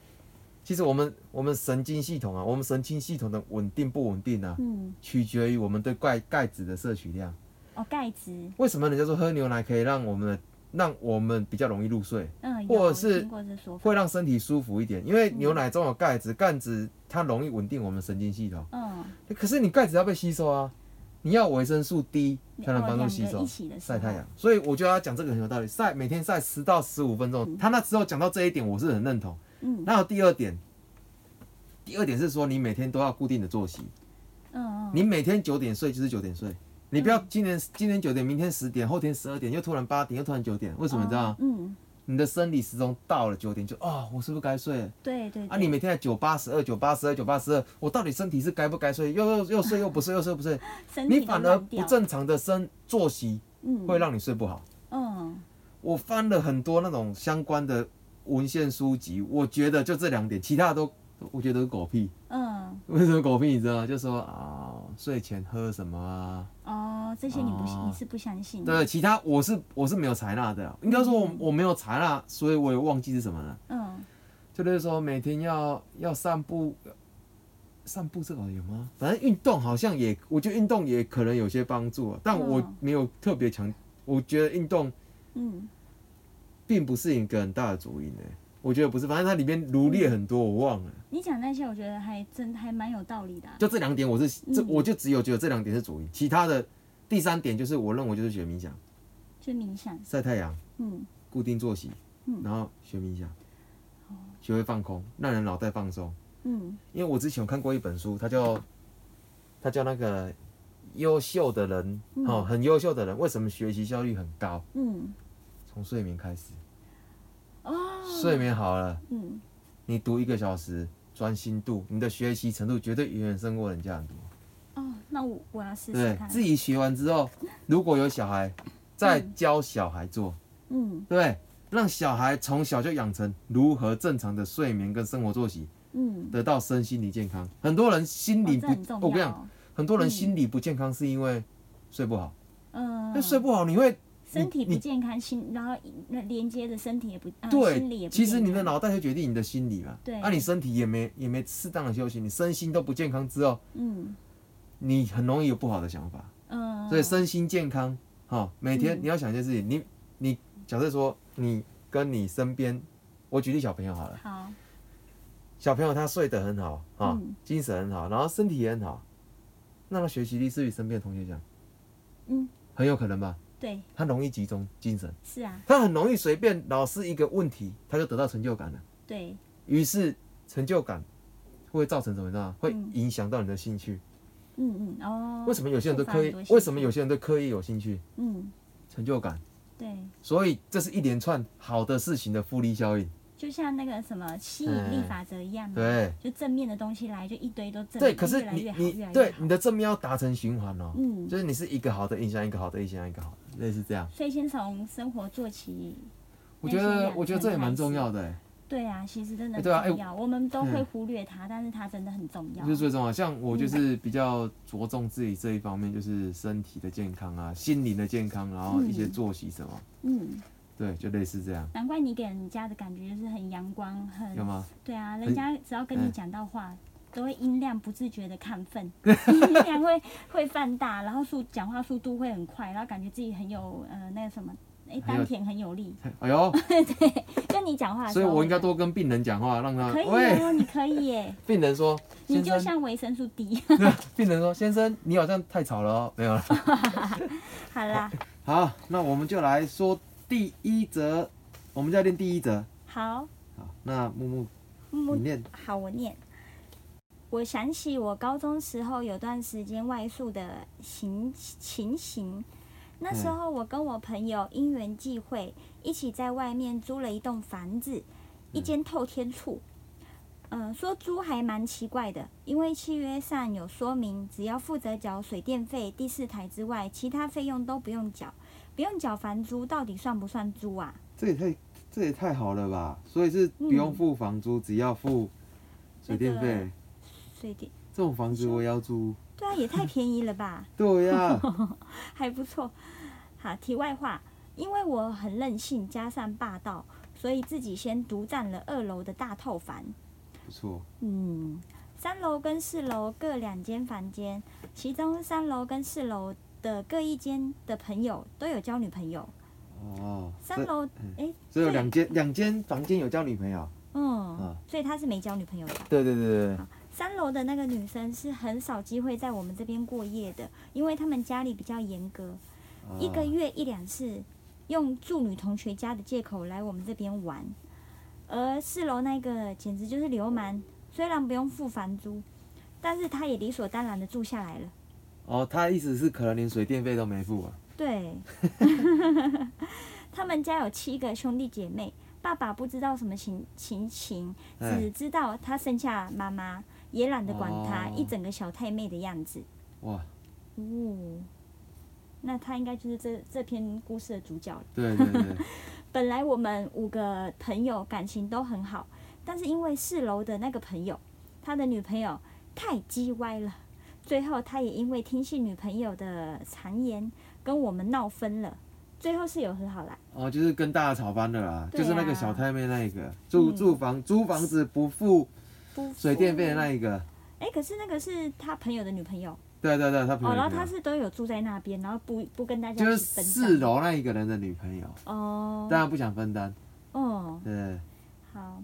Speaker 1: 其实我们我们神经系统啊，我们神经系统的稳定不稳定啊，
Speaker 2: 嗯，
Speaker 1: 取决于我们对钙钙质的摄取量。
Speaker 2: 哦，钙质，
Speaker 1: 为什么人家说喝牛奶可以让我们让我们比较容易入睡，
Speaker 2: 嗯，
Speaker 1: 或者
Speaker 2: 有
Speaker 1: 是
Speaker 2: 听过这说法。
Speaker 1: 会让身体舒服一点？因为牛奶中有钙质，钙质它容易稳定我们神经系统。
Speaker 2: 嗯，
Speaker 1: 可是你钙质要被吸收啊，你要维生素 D 才能
Speaker 2: 哦
Speaker 1: 帮助
Speaker 2: 两
Speaker 1: 吸
Speaker 2: 个
Speaker 1: 收
Speaker 2: 一。起的时
Speaker 1: 晒太
Speaker 2: 候
Speaker 1: 阳，所以我觉得他讲这个很有道理。晒每天晒十到十五分钟，他那时候讲到这一点，我是很认同。
Speaker 2: 嗯
Speaker 1: 然后第二点，第二点是说你每天都要固定的作息，
Speaker 2: 嗯嗯，
Speaker 1: 你每天九点睡就是九点睡，你不要今天今天九点，明天十点，后天十二点，又突然八点，又突然九点，为
Speaker 2: 为
Speaker 1: 什么你知道吗？
Speaker 2: 嗯，
Speaker 1: 你的生理时钟到了九点就啊、我是不是该睡了？
Speaker 2: 对对
Speaker 1: 啊，
Speaker 2: 对
Speaker 1: 你每天在九八十二、九八十二、九八十二，我到底身体是该不该睡？又又又睡又不睡，又睡又不睡，
Speaker 2: 身体
Speaker 1: 你
Speaker 2: 都
Speaker 1: 反而
Speaker 2: 乱
Speaker 1: 不
Speaker 2: 掉
Speaker 1: 正常的生作息
Speaker 2: 嗯
Speaker 1: 会让你睡不好。
Speaker 2: 嗯
Speaker 1: 我翻了很多那种相关的文献书籍，我觉得就这两点，其他的都我觉得都是狗屁。
Speaker 2: 嗯
Speaker 1: 为什么狗屁？你知道吗？就说啊、睡前喝什么啊？
Speaker 2: 哦，这些你不信
Speaker 1: 哦
Speaker 2: 你是不相信的，
Speaker 1: 对，其他我是我是没有采纳的啊，应该说我我没有采纳，所以我也忘记是什么了。
Speaker 2: 嗯
Speaker 1: 就是说每天要要散步，散步这个有吗？反正运动好像也，我觉得运动也可能有些帮助、啊，但我
Speaker 2: 嗯
Speaker 1: 没有特别强，我觉得运动
Speaker 2: 嗯
Speaker 1: 并不是一个很大的主因诶、我觉得不是，反正它里面罗列很多，我忘了。
Speaker 2: 你讲那些我觉得还真还蛮有道理的啊，
Speaker 1: 就这两点，我是这
Speaker 2: 嗯
Speaker 1: 我就只有觉得这两点是主因，其他的第三点就是我认为就是学冥想、
Speaker 2: 就冥想，
Speaker 1: 晒太阳、
Speaker 2: 嗯
Speaker 1: 固定作息
Speaker 2: 嗯，
Speaker 1: 然后学冥想，学会放空，让人脑袋放松。
Speaker 2: 嗯
Speaker 1: 因为我之前有看过一本书，它叫它叫那个优秀的人、
Speaker 2: 嗯
Speaker 1: 哦，很优秀的人为什么学习效率很高？
Speaker 2: 嗯
Speaker 1: 从睡眠开始，
Speaker 2: 哦
Speaker 1: 睡眠好了，
Speaker 2: 嗯
Speaker 1: 你读一个小时，专心度，你的学习程度绝对远远胜过人家很多。
Speaker 2: 哦，那我我要试试
Speaker 1: 对，
Speaker 2: 看，
Speaker 1: 自己学完之后，如果有小孩，再教小孩做，
Speaker 2: 嗯
Speaker 1: 对，让小孩从小就养成如何正常的睡眠跟生活作息，
Speaker 2: 嗯，
Speaker 1: 得到身心理健康。很多人心
Speaker 2: 哦
Speaker 1: 理
Speaker 2: 这
Speaker 1: 不，
Speaker 2: 很
Speaker 1: 我
Speaker 2: 重
Speaker 1: 跟你
Speaker 2: 要
Speaker 1: 讲，
Speaker 2: 哦，
Speaker 1: 很多人
Speaker 2: 嗯
Speaker 1: 心理不健康是因为睡不好，那、
Speaker 2: 嗯，
Speaker 1: 睡不好你会
Speaker 2: 身体不
Speaker 1: 你
Speaker 2: 健康，心然后那连接的身体也不，啊心理
Speaker 1: 对，
Speaker 2: 也不
Speaker 1: 其实你的
Speaker 2: 健康
Speaker 1: 脑袋就决定你的心理嘛，
Speaker 2: 对
Speaker 1: 啊，你身体也没也没适当的休息，你身心都不健康之后，
Speaker 2: 嗯
Speaker 1: 你很容易有不好的想法。
Speaker 2: 嗯，
Speaker 1: 所以身心健康，哈、每天
Speaker 2: 嗯
Speaker 1: 你要想一件事情，你你假设说你跟你身边，我举例小朋友好了，
Speaker 2: 好，
Speaker 1: 小朋友他睡得很好啊、
Speaker 2: 嗯
Speaker 1: 精神很好，然后身体也很好，那他学习力是与身边的同学讲，
Speaker 2: 嗯，
Speaker 1: 很有可能吧，
Speaker 2: 对，
Speaker 1: 他容易集中精神，
Speaker 2: 是啊，
Speaker 1: 他很容易随便老师一个问题，他就得到成就感了，
Speaker 2: 对，
Speaker 1: 于是成就感。会造成什么？你知道吗？会
Speaker 2: 嗯
Speaker 1: 影响到你的兴趣。
Speaker 2: 嗯嗯哦，
Speaker 1: 为什么有些人都
Speaker 2: 触发
Speaker 1: 刻
Speaker 2: 很
Speaker 1: 意
Speaker 2: 多？兴
Speaker 1: 为什么
Speaker 2: 趣
Speaker 1: 有些人都刻意有兴趣？
Speaker 2: 嗯
Speaker 1: 成就感。
Speaker 2: 对，
Speaker 1: 所以这是一连串好的事情的复利效应。
Speaker 2: 就像那个什么吸引力
Speaker 1: 嗯
Speaker 2: 法则一样嘛，
Speaker 1: 对
Speaker 2: 就正面的东西来就一堆都正面，
Speaker 1: 对，可是
Speaker 2: 越来
Speaker 1: 你
Speaker 2: 嗯越好，越
Speaker 1: 你
Speaker 2: 来越
Speaker 1: 对
Speaker 2: 好
Speaker 1: 你，的正面要达成循环哦，
Speaker 2: 嗯，
Speaker 1: 就是你是一个好的印象，一个好的印象，一个好的，类似这样。
Speaker 2: 所以先从生活做起。
Speaker 1: 我觉
Speaker 2: 那先
Speaker 1: 得
Speaker 2: 养
Speaker 1: 我觉得这也蛮重要的、
Speaker 2: 对啊，其实真的
Speaker 1: 哎
Speaker 2: 很
Speaker 1: 对啊哎
Speaker 2: 重要，我们都会
Speaker 1: 嗯
Speaker 2: 忽略它，但是它真的很重要。
Speaker 1: 就是最重要。像我就是比较着重自己这一方面，就是身体的健康啊，心灵的健康，然后一些
Speaker 2: 嗯
Speaker 1: 作息什么，
Speaker 2: 嗯，
Speaker 1: 对，就类似这样，
Speaker 2: 难怪你给人家的感觉就是很阳光，很
Speaker 1: 有吗？
Speaker 2: 对啊，
Speaker 1: 很
Speaker 2: 人家只要跟你
Speaker 1: 嗯
Speaker 2: 讲到话，都会音量不自觉的 亢奋，音量会会放大，然后速讲话速度会很快，然后感觉自己很有呃那个什么，哎、
Speaker 1: 很有
Speaker 2: 丹田很有力。
Speaker 1: 哎 呦，
Speaker 2: 跟你讲话的时
Speaker 1: 所以
Speaker 2: 候会感，
Speaker 1: 我应该多跟病人讲话，让他
Speaker 2: 可以
Speaker 1: 喂，
Speaker 2: 哦，你可以耶，
Speaker 1: 病人说，
Speaker 2: 你
Speaker 1: 先
Speaker 2: 就
Speaker 1: 生，
Speaker 2: 像维生素 D。
Speaker 1: 病人说，先生，你好像太吵了哦，没有了。
Speaker 2: 好啦，
Speaker 1: 好，那我们就来说第一则，我们就要练第一则。
Speaker 2: 好，
Speaker 1: 好，那木木
Speaker 2: 木
Speaker 1: 你念，
Speaker 2: 好，我念。我想起我高中时候有段时间外宿的情情形，那时候我跟我朋友因缘际会，一起在外面租了一栋房子，一间透天厝。嗯、说租还蛮奇怪的，因为契约上有说明，只要负责缴水电费、第四台之外，其他费用都不用缴，不用缴房租，到底算不算租啊？
Speaker 1: 这也太这也太好了吧？所以是不用
Speaker 2: 嗯
Speaker 1: 付房租，只要付水电
Speaker 2: 那
Speaker 1: 费。
Speaker 2: 水电
Speaker 1: 这种房
Speaker 2: 啊
Speaker 1: 子我也要租。
Speaker 2: 对啊，也太便宜了吧！
Speaker 1: 对呀、
Speaker 2: 还不错。好，题外话，因为我很任性，加上霸道，所以自己先独占了二楼的大套房。
Speaker 1: 不错。
Speaker 2: 嗯，三楼跟四楼各两间房间，其中三楼跟四楼的各一间的朋友都有交女朋友。
Speaker 1: 哦，所
Speaker 2: 三
Speaker 1: 以
Speaker 2: 楼，哎、
Speaker 1: 所以有
Speaker 2: 对
Speaker 1: 两间两间房间有交女朋友。
Speaker 2: 嗯
Speaker 1: 啊，
Speaker 2: 所以他是没交女朋友的。
Speaker 1: 对对对对对
Speaker 2: 三楼的那个女生是很少机会在我们这边过夜的，因为他们家里比较严格，
Speaker 1: 哦
Speaker 2: 一个月一两次，用住女同学家的借口来我们这边玩。而四楼那个简直就是流氓，虽然不用付房租，但是他也理所当然的住下来了。
Speaker 1: 哦，他的意思是可能连水电费都没付啊。
Speaker 2: 对， 他们家有七个兄弟姐妹，爸爸不知道什么情情形，只
Speaker 1: 哎，
Speaker 2: 知道他生下妈妈，也懒得管他，
Speaker 1: 哦
Speaker 2: 一整个小太妹的样子。
Speaker 1: 哇，
Speaker 2: 哦，那他应该就是这这篇故事的主角了。
Speaker 1: 对对对，
Speaker 2: 本来我们五个朋友感情都很好，但是因为四楼的那个朋友，他的女朋友太叽歪了，最后他也因为听信女朋友的谗言，跟我们闹翻了。最后是有和好啦，
Speaker 1: 哦，就是跟大家吵翻的啦，
Speaker 2: 对
Speaker 1: 就
Speaker 2: 啊嗯
Speaker 1: 是那个小太妹那一个，住住房租房子不付
Speaker 2: 不
Speaker 1: 水电费的那一个。
Speaker 2: 哎、可是那个是他朋友的女朋友
Speaker 1: 对对对，他朋
Speaker 2: 哦，
Speaker 1: 友
Speaker 2: 然
Speaker 1: 那
Speaker 2: 后
Speaker 1: 个
Speaker 2: 他是都有住在那边，然后不不跟大家
Speaker 1: 就是
Speaker 2: 一起分账
Speaker 1: 四楼那一个人的女朋友，
Speaker 2: 哦，
Speaker 1: 当然不想分担。
Speaker 2: 哦，
Speaker 1: 对，
Speaker 2: 好，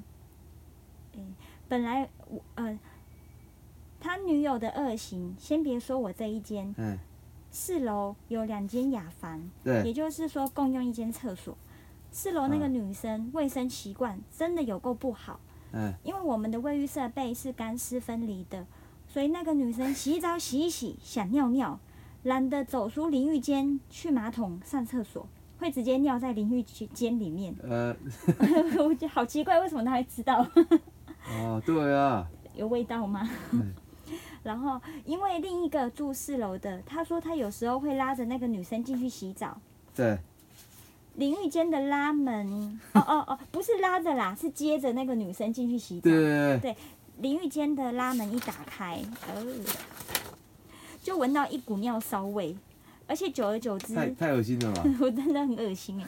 Speaker 2: 诶、本来我呃，他女友的恶行，先别说我这一间，
Speaker 1: 嗯，
Speaker 2: 四楼有两间雅房，也
Speaker 1: 对，
Speaker 2: 就是说共用一间厕所。四楼那个
Speaker 1: 嗯
Speaker 2: 女生卫生习惯真的有够不好，
Speaker 1: 嗯，
Speaker 2: 因为我们的卫浴设备是干湿分离的，所以那个女生洗澡洗一洗想尿尿，懒得走出淋浴间去马桶上厕所，会直接尿在淋浴间里面。
Speaker 1: 呃，
Speaker 2: 我觉得好奇怪，为什么她会知道？
Speaker 1: 哦，对啊，
Speaker 2: 有味道吗
Speaker 1: 嗯？
Speaker 2: 然后，因为另一个住四楼的，他说他有时候会拉着那个女生进去洗澡，
Speaker 1: 对，
Speaker 2: 淋浴间的拉门，
Speaker 1: 嗯
Speaker 2: 哦哦哦，不是拉着啦，是接着那个女生进去洗澡
Speaker 1: 对。啊对对，
Speaker 2: 淋浴间的拉门一打开，哦，就闻到一股尿骚味，而且久而久之，
Speaker 1: 太太恶心了吧，
Speaker 2: 我真的很恶心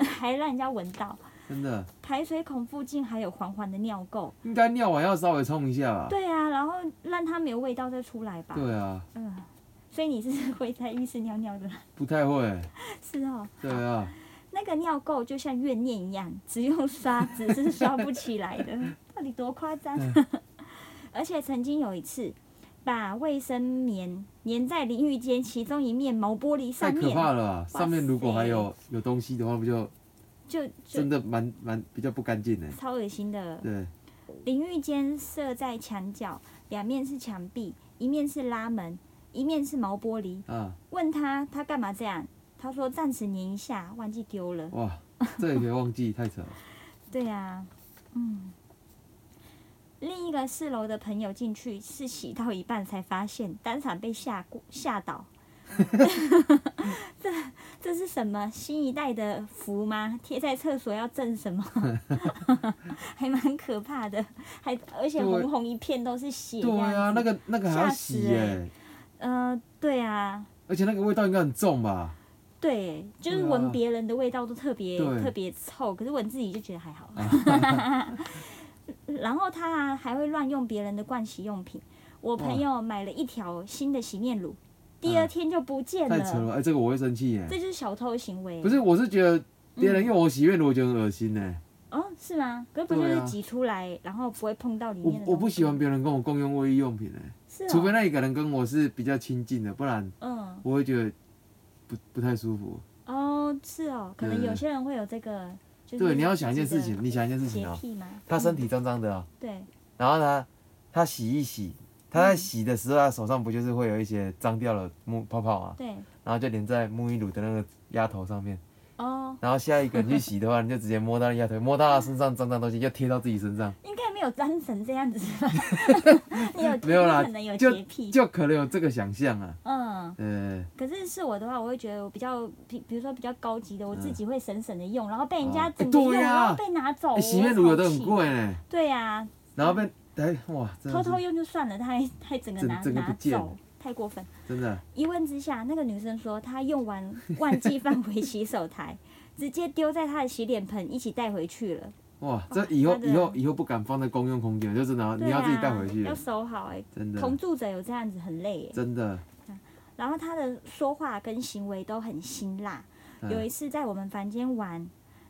Speaker 2: 哎， 还让人家闻到。
Speaker 1: 真的，
Speaker 2: 排水孔附近还有缓缓的尿垢，
Speaker 1: 应该尿完要稍微冲一下吧。
Speaker 2: 对啊，然后让它没有味道再出来吧。
Speaker 1: 对啊，
Speaker 2: 嗯，所以你是 会在浴室尿尿的啦，
Speaker 1: 不太会。
Speaker 2: 是哦。
Speaker 1: 对啊，
Speaker 2: 那个尿垢就像怨念一样，只用刷子是刷不起来 的，到底多夸张？ 而且曾经有一次，把卫生棉粘在淋浴间其中一面毛玻璃
Speaker 1: 太
Speaker 2: 上
Speaker 1: 可怕了
Speaker 2: 面，
Speaker 1: 吧！
Speaker 2: 塞
Speaker 1: 上面如果还有有东西的话，不就
Speaker 2: 就就
Speaker 1: 真的蛮蛮比较不干净的。
Speaker 2: 超恶心的。
Speaker 1: 对，
Speaker 2: 淋浴间设在墙角，两面是墙壁，一面是拉门，一面是毛玻璃。
Speaker 1: 啊，
Speaker 2: 问他他干嘛这样，他说暂时粘一下，忘记丢了。
Speaker 1: 哇，这也可以忘记，太 扯了。
Speaker 2: 对呀、嗯。另一个四楼的朋友进去是洗到一半才发现，当场被吓过 吓倒。这这是什么新一代的符吗？贴在厕所要镇什么？ 还蛮可怕的，还而且
Speaker 1: 对
Speaker 2: 红红一片都是血这
Speaker 1: 对
Speaker 2: 样子。
Speaker 1: 啊，那个那个还要洗耶、
Speaker 2: 吓死呃，对啊，
Speaker 1: 而且那个味道应该很重吧？
Speaker 2: 对，就是
Speaker 1: 对啊
Speaker 2: 闻别人的味道都特别、
Speaker 1: 对啊
Speaker 2: 特别臭，可是闻自己就觉得还好。 然后他啊还会乱用别人的盥洗用品。我朋友买了一条新的洗面乳，第二天就不见
Speaker 1: 啊太扯
Speaker 2: 了，
Speaker 1: 了，哎、这个我会生气耶、
Speaker 2: 这就是嗯小偷行为。
Speaker 1: 不是，我是觉得别人用我洗面乳，我觉得很恶心呢、
Speaker 2: 哦，是吗？可是不就
Speaker 1: 对
Speaker 2: 是
Speaker 1: 啊
Speaker 2: 挤出来，然后不会碰到里面
Speaker 1: 我
Speaker 2: 的东西
Speaker 1: 我不喜欢，别人跟我共用卫浴用品呢、欸
Speaker 2: 是、哦、
Speaker 1: 除非那一个人跟我是比较亲近的，不然
Speaker 2: 嗯
Speaker 1: 我会觉得不不太舒服。
Speaker 2: 哦是哦，可能
Speaker 1: 对对对
Speaker 2: 有些人会有这个，就是
Speaker 1: 对，你要想一件事
Speaker 2: 自
Speaker 1: 情，
Speaker 2: 己
Speaker 1: 你想一件
Speaker 2: 的
Speaker 1: 事情
Speaker 2: 洁
Speaker 1: 啊、
Speaker 2: 癖吗？
Speaker 1: 他身
Speaker 2: 嗯
Speaker 1: 体脏脏的啊、
Speaker 2: 对
Speaker 1: 然后呢，他洗一洗，他在洗的时候，他手上不就是会有一些脏掉了沐泡泡啊，
Speaker 2: 对
Speaker 1: 然后就粘在沐浴乳的那个压头上面。
Speaker 2: 哦，
Speaker 1: 然后下一个你去洗的话，你就直接摸到那压头，摸到他身上脏脏东西，又贴到自己身上，
Speaker 2: 应该没有脏成这样子 吧？你有
Speaker 1: 没有啦
Speaker 2: 可能有
Speaker 1: 就
Speaker 2: 洁癖，
Speaker 1: 就可能有这个想象啊。
Speaker 2: 嗯。
Speaker 1: 呃，
Speaker 2: 可是是我的话，我会觉得我比较，比比如说比较高级的，我
Speaker 1: 嗯
Speaker 2: 自己会省省的用，然后被人家
Speaker 1: 啊
Speaker 2: 整个用，
Speaker 1: 对啊
Speaker 2: 然后被拿走。
Speaker 1: 欸、洗
Speaker 2: 哦我
Speaker 1: 面乳有的
Speaker 2: 好
Speaker 1: 很
Speaker 2: 气。
Speaker 1: 贵呢、
Speaker 2: 对呀、
Speaker 1: 然后被哎哇，真
Speaker 2: 偷
Speaker 1: 的
Speaker 2: 偷
Speaker 1: 是
Speaker 2: 用就算了，他还还整个拿
Speaker 1: 整整个
Speaker 2: 拿
Speaker 1: 不见
Speaker 2: 走
Speaker 1: 了，
Speaker 2: 太过分。
Speaker 1: 真的
Speaker 2: 一问之下，那个女生说她用完忘记放回洗 手台，直接丢在她的洗脸盆一起带回去了。
Speaker 1: 哇，这以后
Speaker 2: 真的
Speaker 1: 以后以后不敢放在公用空间，就真的要
Speaker 2: 对
Speaker 1: 你要自己带回去
Speaker 2: 啊，要
Speaker 1: 了，
Speaker 2: 收好哎、
Speaker 1: 真
Speaker 2: 同
Speaker 1: 的
Speaker 2: 住者有这样子很累哎、
Speaker 1: 真的。
Speaker 2: 然后他的说话跟行为都很辛辣。
Speaker 1: 嗯
Speaker 2: 有一次在我们房间玩，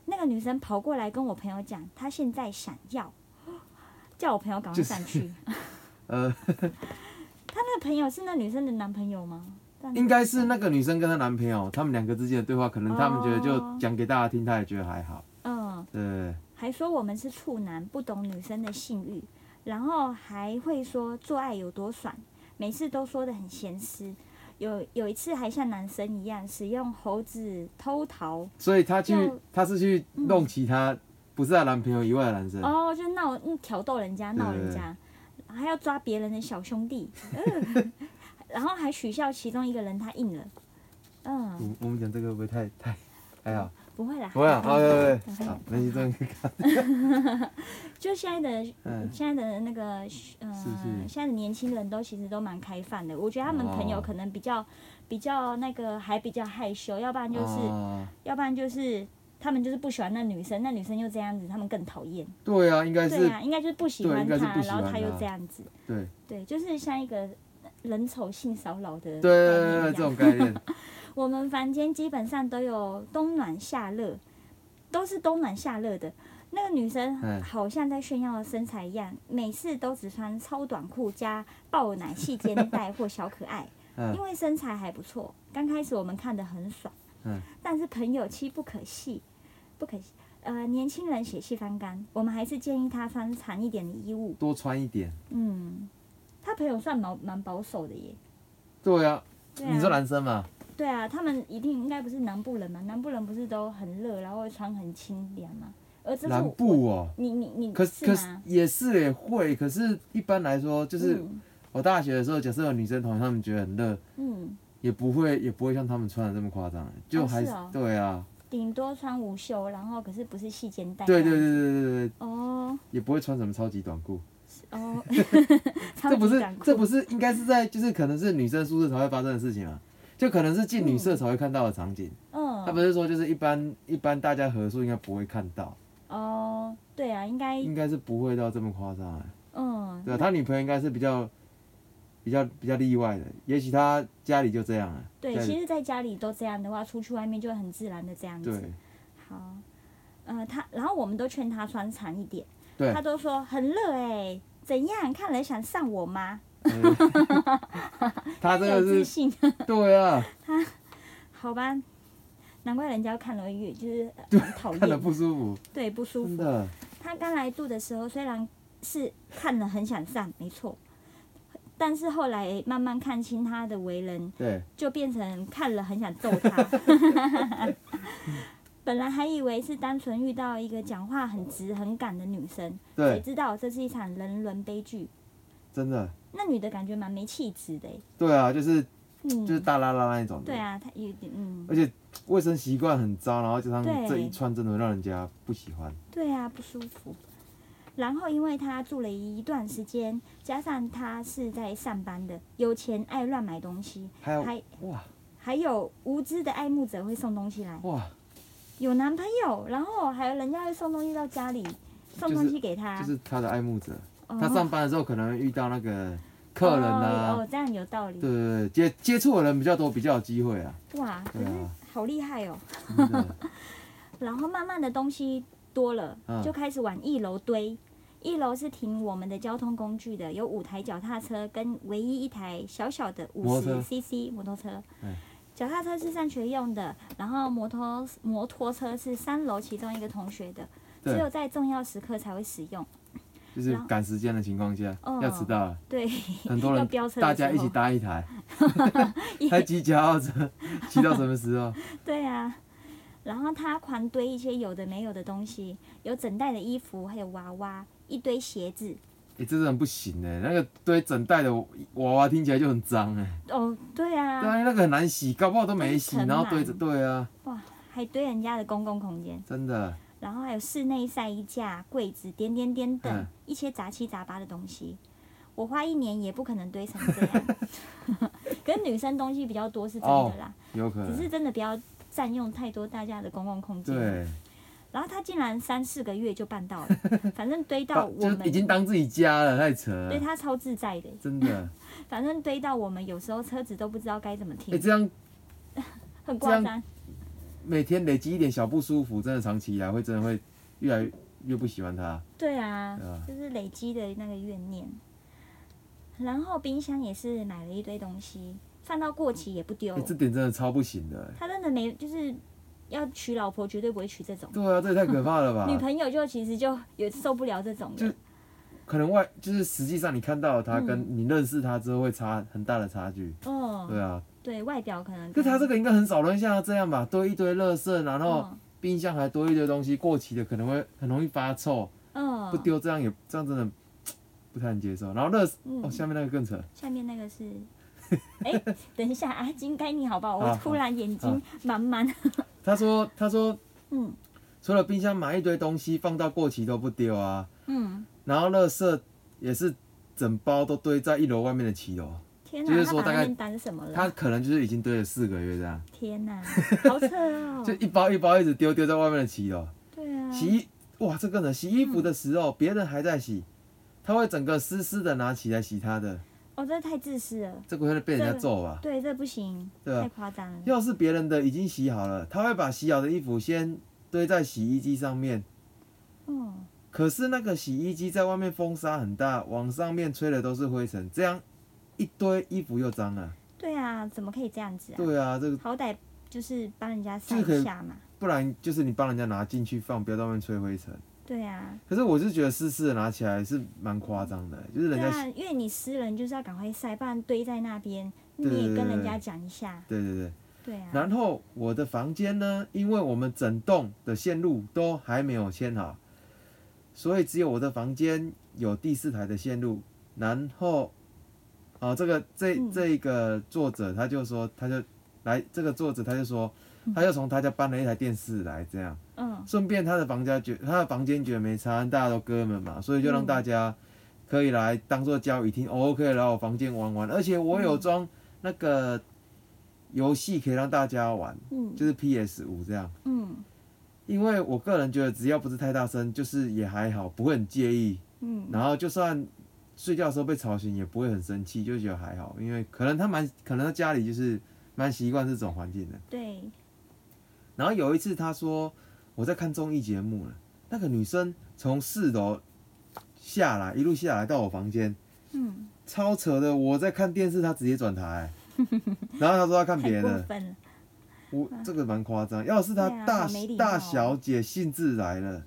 Speaker 2: 那个女生跑过来跟我朋友讲，她现在想要， 叫我朋友赶快上去。
Speaker 1: 呃，
Speaker 2: 她那个朋友是那女生的男朋友吗？这样子
Speaker 1: 应该是那个女生跟她男朋友，他们两个之间的对话，可能他们觉得
Speaker 2: 哦
Speaker 1: 就讲给大家听，她也觉得还好。
Speaker 2: 嗯，
Speaker 1: 对，
Speaker 2: 还说我们是处男，不懂女生的性欲，然后还会说做爱有多爽，每次都说的很咸湿。有有一次还像男生一样使用猴子偷桃，
Speaker 1: 所以她去
Speaker 2: 要，
Speaker 1: 她是去弄其他不是她男朋友以外的男生，
Speaker 2: 哦，就闹嗯挑逗人家，闹人
Speaker 1: 对
Speaker 2: 家，还要抓别人的小兄弟，嗯、 然后还取笑其中一个人他硬了，嗯，
Speaker 1: 我我们讲这个会不会太太还好？
Speaker 2: 不会啦，
Speaker 1: 不会啊，哦对
Speaker 2: 嗯
Speaker 1: 对对，好，那你这样
Speaker 2: 就现在的
Speaker 1: 嗯
Speaker 2: 现在的那个呃
Speaker 1: 是是
Speaker 2: 现在的年轻人都其实都蛮开放的，我觉得他们朋友
Speaker 1: 哦
Speaker 2: 可能比较、比较那个还比较害羞，要不然就是、
Speaker 1: 啊
Speaker 2: 要不然就是他们就是不喜欢那女生，那女生又这样子，他们更讨厌。
Speaker 1: 对啊，应该
Speaker 2: 对
Speaker 1: 是
Speaker 2: 啊，应该就是不喜
Speaker 1: 对
Speaker 2: 欢
Speaker 1: 应该
Speaker 2: 他，
Speaker 1: 是不喜
Speaker 2: 然后
Speaker 1: 欢啊
Speaker 2: 他又
Speaker 1: 他
Speaker 2: 这样子，
Speaker 1: 对
Speaker 2: 对，就是像一个人丑性骚扰
Speaker 1: 对
Speaker 2: 的
Speaker 1: 对
Speaker 2: 概
Speaker 1: 对
Speaker 2: 念一
Speaker 1: 对
Speaker 2: 样
Speaker 1: 这种概念，
Speaker 2: 我们房间基本上都有冬暖夏热，都是冬暖夏热的。那个女生
Speaker 1: 嗯
Speaker 2: 好像在炫耀身材一样，每次都只穿超短裤加爆奶细肩带或小可爱，因
Speaker 1: 嗯
Speaker 2: 为身材还不错。刚开始我们看得很爽，
Speaker 1: 嗯
Speaker 2: 但是朋友妻不可戏，不可戏。呃，年轻人血气方刚，我们还是建议她穿长一点的衣物。
Speaker 1: 多穿一点，
Speaker 2: 嗯，她朋友算蛮蛮保守的耶。
Speaker 1: 对啊，
Speaker 2: 对啊
Speaker 1: 你说男生嘛，
Speaker 2: 对啊，他们一定应该不是南部人嘛？南部人不是都很热，然后会穿很清凉嘛？而这是
Speaker 1: 南
Speaker 2: 我
Speaker 1: 部哦，
Speaker 2: 你你你
Speaker 1: 可
Speaker 2: 是
Speaker 1: 可是
Speaker 2: 吗？
Speaker 1: 也是也会，可是一般来说，就是
Speaker 2: 嗯
Speaker 1: 我大学的时候，假设有女生同学，她们觉得很热，
Speaker 2: 嗯，
Speaker 1: 也不会也不会像她们穿的这么夸张，就还
Speaker 2: 是哦
Speaker 1: 对啊，
Speaker 2: 顶多穿无袖，然后可是不是细肩带
Speaker 1: 对
Speaker 2: 这样？
Speaker 1: 对对对对对对，
Speaker 2: 哦
Speaker 1: 也不会穿什么超级短裤，
Speaker 2: 哦，
Speaker 1: 这不
Speaker 2: 超级
Speaker 1: 是
Speaker 2: 短裤
Speaker 1: 这不是应该是在就是可能是女生宿舍才会发生的事情啊。就可能是进女舍才会看到的场景，他
Speaker 2: 嗯
Speaker 1: 不是说就是一般一般大家合宿应该不会看到，
Speaker 2: 哦，对啊，应该
Speaker 1: 应该是不会到这么夸张、啊。
Speaker 2: 嗯
Speaker 1: 对啊，他女朋友应该是比较比较比较例外的，也许他家里就这样啊。
Speaker 2: 对，
Speaker 1: 家里
Speaker 2: 其实在家里都这样的话，出去外面就会很自然的这样子。
Speaker 1: 对
Speaker 2: 好，呃，他然后我们都劝他穿长一点，
Speaker 1: 对，
Speaker 2: 他都说很热哎、怎样？看了想上我吗？
Speaker 1: 他这
Speaker 2: 有自
Speaker 1: 个是
Speaker 2: 信。
Speaker 1: 对啊，
Speaker 2: 好吧，难怪人家看了越就是很讨
Speaker 1: 看了
Speaker 2: 厌，
Speaker 1: 不舒服，
Speaker 2: 对不舒
Speaker 1: 真
Speaker 2: 服。
Speaker 1: 的。
Speaker 2: 他刚来住的时候虽然是看了很想上，没错，但是后来慢慢看清他的为人，
Speaker 1: 对，
Speaker 2: 就变成看了很想揍他。 本来还以为是单纯遇到一个讲话很直很敢的女生，
Speaker 1: 对，
Speaker 2: 谁知道这是一场人伦悲剧。
Speaker 1: 真的，
Speaker 2: 那女的感觉蛮没气质的欸、
Speaker 1: 对啊，就是
Speaker 2: 嗯，
Speaker 1: 就是大拉拉那一种的。
Speaker 2: 对，啊，她有点嗯，
Speaker 1: 而且卫生习惯很糟，然后加上
Speaker 2: 对
Speaker 1: 这一串真的让人家不喜欢。
Speaker 2: 对啊，不舒服。然后因为他住了一段时间，加上他是在上班的，有钱爱乱买东西，
Speaker 1: 还有
Speaker 2: 还
Speaker 1: 哇
Speaker 2: 还有无知的爱慕者会送东西来，
Speaker 1: 哇，
Speaker 2: 有男朋友，然后还有人家会送东西到家里，送
Speaker 1: 就是
Speaker 2: 东西给他，
Speaker 1: 就是他的爱慕者，
Speaker 2: 啊哦
Speaker 1: 他上班的时候可能会遇到那个客人
Speaker 2: 哦
Speaker 1: 啊
Speaker 2: 哦，，这样有道理，
Speaker 1: 对对对，接接触的人比较多，比较有机会啊。
Speaker 2: 哇，可
Speaker 1: 对
Speaker 2: 是
Speaker 1: 啊
Speaker 2: 好厉害哦。
Speaker 1: 真的
Speaker 2: 然后慢慢的东西多了，
Speaker 1: 嗯
Speaker 2: 就开始往一楼堆。一楼是停我们的交通工具的，有五台脚踏车跟唯一一台小小的五
Speaker 1: 摩托
Speaker 2: 十
Speaker 1: 车
Speaker 2: CC 摩托车
Speaker 1: 哎。
Speaker 2: 脚踏车是上学用的，然后摩托摩托车是三楼其中一个同学的，只有
Speaker 1: 对，
Speaker 2: 在重要时刻才会使用。
Speaker 1: 就是
Speaker 2: 然后
Speaker 1: 赶时间的情况下
Speaker 2: 嗯
Speaker 1: 要迟 到了，
Speaker 2: 对，
Speaker 1: 很多
Speaker 2: 要
Speaker 1: 人
Speaker 2: 飙车的
Speaker 1: 大
Speaker 2: 时
Speaker 1: 家
Speaker 2: 候
Speaker 1: 一起搭一 台，还骑脚踏车， 骑到什么时 候？
Speaker 2: 对啊，然后他狂堆一些有的没有的东西，有整袋的衣服，还有娃娃，一堆鞋子。
Speaker 1: 哎、这真的很不行哎、那个堆整袋的娃娃听起来就很脏哎、
Speaker 2: 哦，对啊，
Speaker 1: 对啊，那个很难洗，搞不好都没洗，
Speaker 2: 都是尘螨
Speaker 1: 然后堆着，对啊，
Speaker 2: 哇，还堆人家的公共空间，
Speaker 1: 真的，
Speaker 2: 然后还有室内晒衣架、柜子、点点点等、
Speaker 1: 嗯
Speaker 2: 一些杂七杂八的东西。我花一年也不可能堆成这样， 可是女生东西比较多是真
Speaker 1: 哦
Speaker 2: 的啦，
Speaker 1: 有可
Speaker 2: 只是
Speaker 1: 能，
Speaker 2: 真的不要占用太多大家的公共空间。
Speaker 1: 对，
Speaker 2: 然后她竟然三四个月就办到了，反正堆到
Speaker 1: 把
Speaker 2: 我
Speaker 1: 就是已
Speaker 2: 们，
Speaker 1: 经当自己家了，太扯
Speaker 2: 对
Speaker 1: 了，
Speaker 2: 她超自在的，
Speaker 1: 真 的，
Speaker 2: 反正堆到我们有时候车子都不知道该怎么
Speaker 1: 哎、
Speaker 2: 停，
Speaker 1: 这样
Speaker 2: 很
Speaker 1: 这
Speaker 2: 夸
Speaker 1: 样
Speaker 2: 张。
Speaker 1: 每天累积一点小不舒服，真的长期以来会真的会越来越越不喜欢它，
Speaker 2: 对啊，
Speaker 1: 对啊
Speaker 2: 就是累积的那个怨念。然后冰箱也是买了一堆东西，放到过期也不丢
Speaker 1: 哎、。这点真的超不行的、欸，
Speaker 2: 他真的没，就是要娶老婆绝对不会娶这种，
Speaker 1: 对啊，这也太可怕了 吧！
Speaker 2: 女朋友就其实就也受不了这种
Speaker 1: 就
Speaker 2: 的。
Speaker 1: 可能外就是实际上你看到他
Speaker 2: 嗯
Speaker 1: 跟你认识他之后会差很大的差距，
Speaker 2: 哦，
Speaker 1: 对啊。
Speaker 2: 对外表可能
Speaker 1: 可
Speaker 2: 跟。
Speaker 1: 他这个应该很少人像他这样吧，堆一堆垃圾，然后
Speaker 2: 嗯
Speaker 1: 冰箱还堆一堆东西，过期的可能会很容易发臭，
Speaker 2: 嗯，
Speaker 1: 不丢这样也这样真的不太能接受。然后垃圾
Speaker 2: 嗯
Speaker 1: 哦，下面那个更扯，
Speaker 2: 下面那个是， 哎、等一下啊，金该你好不好？我
Speaker 1: 好
Speaker 2: 突然眼睛
Speaker 1: 啊
Speaker 2: 满满，
Speaker 1: 他说他说
Speaker 2: 嗯
Speaker 1: 除了冰箱买一堆东西放到过期都不丢啊，
Speaker 2: 嗯，
Speaker 1: 然后垃圾也是整包都堆在一楼外面的七楼，
Speaker 2: 天
Speaker 1: 就
Speaker 2: 哪、
Speaker 1: 是
Speaker 2: 他
Speaker 1: 说
Speaker 2: 把
Speaker 1: 大
Speaker 2: 那
Speaker 1: 概
Speaker 2: 边当什么
Speaker 1: 他
Speaker 2: 了？
Speaker 1: 可能就是已经堆了四个月这样，
Speaker 2: 天 哪、好扯哦
Speaker 1: 就！一包一包一直丢丢在外面的七楼。
Speaker 2: 对啊，
Speaker 1: 洗衣哇，这个人洗
Speaker 2: 嗯
Speaker 1: 衣服的时候，别、人还在洗，他会整个湿湿的拿起来洗他的，
Speaker 2: 哦，这太自私了，
Speaker 1: 这个会被人
Speaker 2: 这
Speaker 1: 家
Speaker 2: 个
Speaker 1: 揍吧？
Speaker 2: 对，这不行，
Speaker 1: 对啊
Speaker 2: 太夸张了。
Speaker 1: 要是别人的已经洗好了，他会把洗好的衣服先堆在洗衣机上面。
Speaker 2: 嗯，
Speaker 1: 可是那个洗衣机在外面风沙很大，往上面吹的都是灰尘，这样一堆衣服又脏了。
Speaker 2: 对啊，怎么可以这样子啊？
Speaker 1: 对啊，这个
Speaker 2: 好歹就是帮人家晒
Speaker 1: 这个
Speaker 2: 一下嘛。
Speaker 1: 不然就是你帮人家拿进去放，不要在外面吹灰尘。
Speaker 2: 对啊，
Speaker 1: 可是我是觉得湿湿的拿起来是蛮夸张的，欸就是
Speaker 2: 对
Speaker 1: 人家
Speaker 2: 啊
Speaker 1: 洗，，
Speaker 2: 因为你私人就是要赶快晒，不然堆在那边，你
Speaker 1: 对对
Speaker 2: 也跟
Speaker 1: 对
Speaker 2: 人
Speaker 1: 对
Speaker 2: 家讲一下。
Speaker 1: 对对对。
Speaker 2: 对啊，
Speaker 1: 然后我的房间呢，因为我们整栋的线路都还没有牵好，所以只有我的房间有第四台的线路。然后，啊、这个这
Speaker 2: 嗯
Speaker 1: 这个作者他就说，他就来这个作者他就说，他就从他家搬了一台电视来，这样
Speaker 2: 嗯
Speaker 1: 顺便他的房家觉他的房间觉得没差，大家都哥们嘛，所以就
Speaker 2: 嗯
Speaker 1: 让大家可以来当做交易厅、哦，可以来我房间玩玩，而且我有装那个游戏可以让大家玩，
Speaker 2: 嗯
Speaker 1: 就是 PS 五这样。
Speaker 2: 嗯
Speaker 1: 因为我个人觉得只要不是太大声，就是也还好，不会很介意。
Speaker 2: 嗯，
Speaker 1: 然后就算睡觉的时候被吵醒，也不会很生气，就觉得还好，因为可能他蛮可能他家里就是蛮习惯这种环境的。
Speaker 2: 对，
Speaker 1: 然后有一次他说我在看综艺节目了，那个女生从四楼下来，一路下来到我房间，
Speaker 2: 嗯，
Speaker 1: 超扯的。我在看电视，她直接转 台，然后她说她看别
Speaker 2: 太过
Speaker 1: 的，
Speaker 2: 分了，
Speaker 1: 我这个蛮夸张。要是她
Speaker 2: 对啊
Speaker 1: 大、
Speaker 2: 好没礼貌
Speaker 1: 大小姐兴致来了，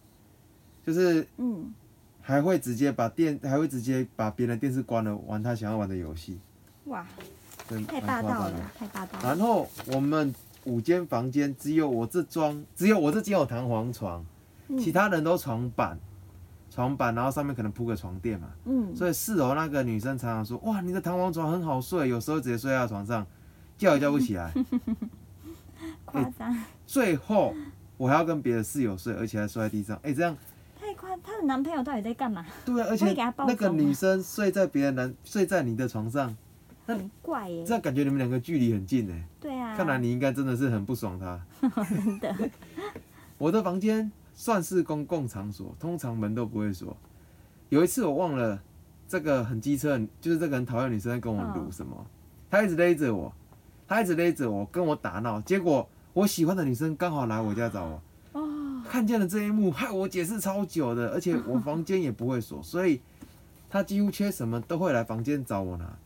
Speaker 1: 就是
Speaker 2: 嗯，
Speaker 1: 还会直接把电，还会直接把别人的电视关了，玩她想要玩的游戏，
Speaker 2: 哇，
Speaker 1: 真的
Speaker 2: 太
Speaker 1: 蛮
Speaker 2: 霸
Speaker 1: 夸
Speaker 2: 道
Speaker 1: 张的。啊
Speaker 2: 了，太霸道了，
Speaker 1: 然后我们五间房间只有我这装，只有我这间有弹簧床，
Speaker 2: 嗯
Speaker 1: 其他人都床板，床板，然后上面可能铺个床垫嘛。
Speaker 2: 嗯，
Speaker 1: 所以四楼那个女生常常说：“哇，你的弹簧床很好睡，有时候直接睡在她床上，叫也叫不起 来。
Speaker 2: 夸张，”
Speaker 1: 最后我还要跟别的室友睡，而且还睡在地上。哎、这样
Speaker 2: 太夸，她的男朋友到底在干嘛？
Speaker 1: 对啊，而
Speaker 2: 不会
Speaker 1: 且
Speaker 2: 给她暴
Speaker 1: 那个
Speaker 2: 走吗
Speaker 1: 女生睡在别的男睡在你的床上，那
Speaker 2: 很怪耶
Speaker 1: 这，样感觉你们两个距离很近哎、
Speaker 2: 对啊，
Speaker 1: 看来你应该真的是很不爽 他。
Speaker 2: 真的，
Speaker 1: 我的房间算是公共场所，通常门都不会锁。有一次我忘了，这个很机车，就是这个很讨厌的女生在跟我撸
Speaker 2: 嗯
Speaker 1: 什么，她一直勒着我，她一直勒着我跟我打闹，结果我喜欢的女生刚好来我家找我，
Speaker 2: 哦，
Speaker 1: 看见了这一幕，害我解释超久的，而且我房间也不会锁，所以她几乎缺什么都会来房间找我拿，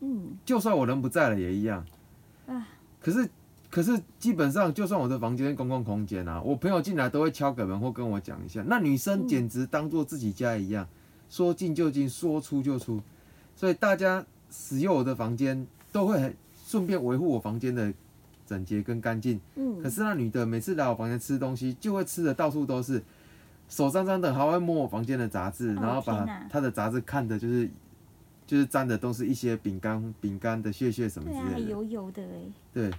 Speaker 2: 嗯，
Speaker 1: 就算我人不在了也一样。
Speaker 2: 啊，
Speaker 1: 可是可是基本上，就算我的房间是公共空间啊，我朋友进来都会敲个门或跟我讲一下。那女生
Speaker 2: 嗯
Speaker 1: 简直当做自己家一样，说进就进，说出就出。所以大家使用我的房间都会很顺便维护我房间的整洁跟干净。
Speaker 2: 嗯，
Speaker 1: 可是那女的每次来我房间吃东西，就会吃的到处都是，手脏脏的，还会摸我房间的杂志，
Speaker 2: 哦
Speaker 1: 然后把
Speaker 2: 天哪
Speaker 1: 她的杂志看的就是就是沾的都是一些饼干、饼干的屑屑什么
Speaker 2: 对
Speaker 1: 之
Speaker 2: 啊，还
Speaker 1: 类的。
Speaker 2: 油油的哎，
Speaker 1: 对，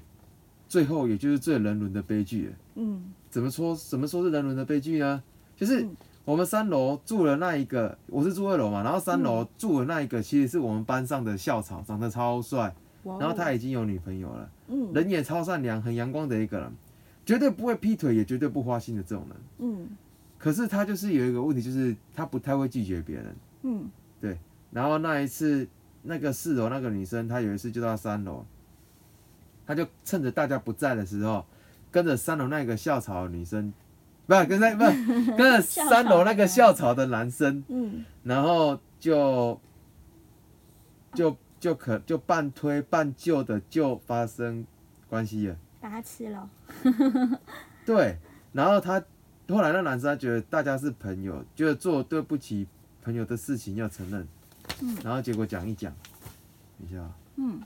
Speaker 1: 最后也就是最人伦的悲剧了。
Speaker 2: 嗯
Speaker 1: 怎么说？怎么说是人伦的悲剧呢？就是
Speaker 2: 嗯
Speaker 1: 我们三楼住了那一个，我是住二楼嘛，然后三
Speaker 2: 嗯
Speaker 1: 楼住的那一个其实是我们班上的校草，长得超帅，
Speaker 2: 哇哦
Speaker 1: 然后他已经有女朋友了，
Speaker 2: 嗯
Speaker 1: 人也超善良，很阳光的一个人，绝对不会劈腿，也绝对不花心的这种人。
Speaker 2: 嗯
Speaker 1: 可是他就是有一个问题，就是他不太会拒绝别人。
Speaker 2: 嗯
Speaker 1: 然后那一次，那个四楼那个女生，她有一次就到三楼，她就趁着大家不在的时候，跟着三楼那个校草的女生，不是跟在不是跟着三楼那个校草的男生，
Speaker 2: 嗯，
Speaker 1: 然后就就就可就半推半就的就发生关系了。
Speaker 2: 把它吃了。
Speaker 1: 对，然后他后来那男生他觉得大家是朋友，就是做对不起朋友的事情要承认，
Speaker 2: 嗯
Speaker 1: 然后结果讲一讲，等一下啊，
Speaker 2: 嗯，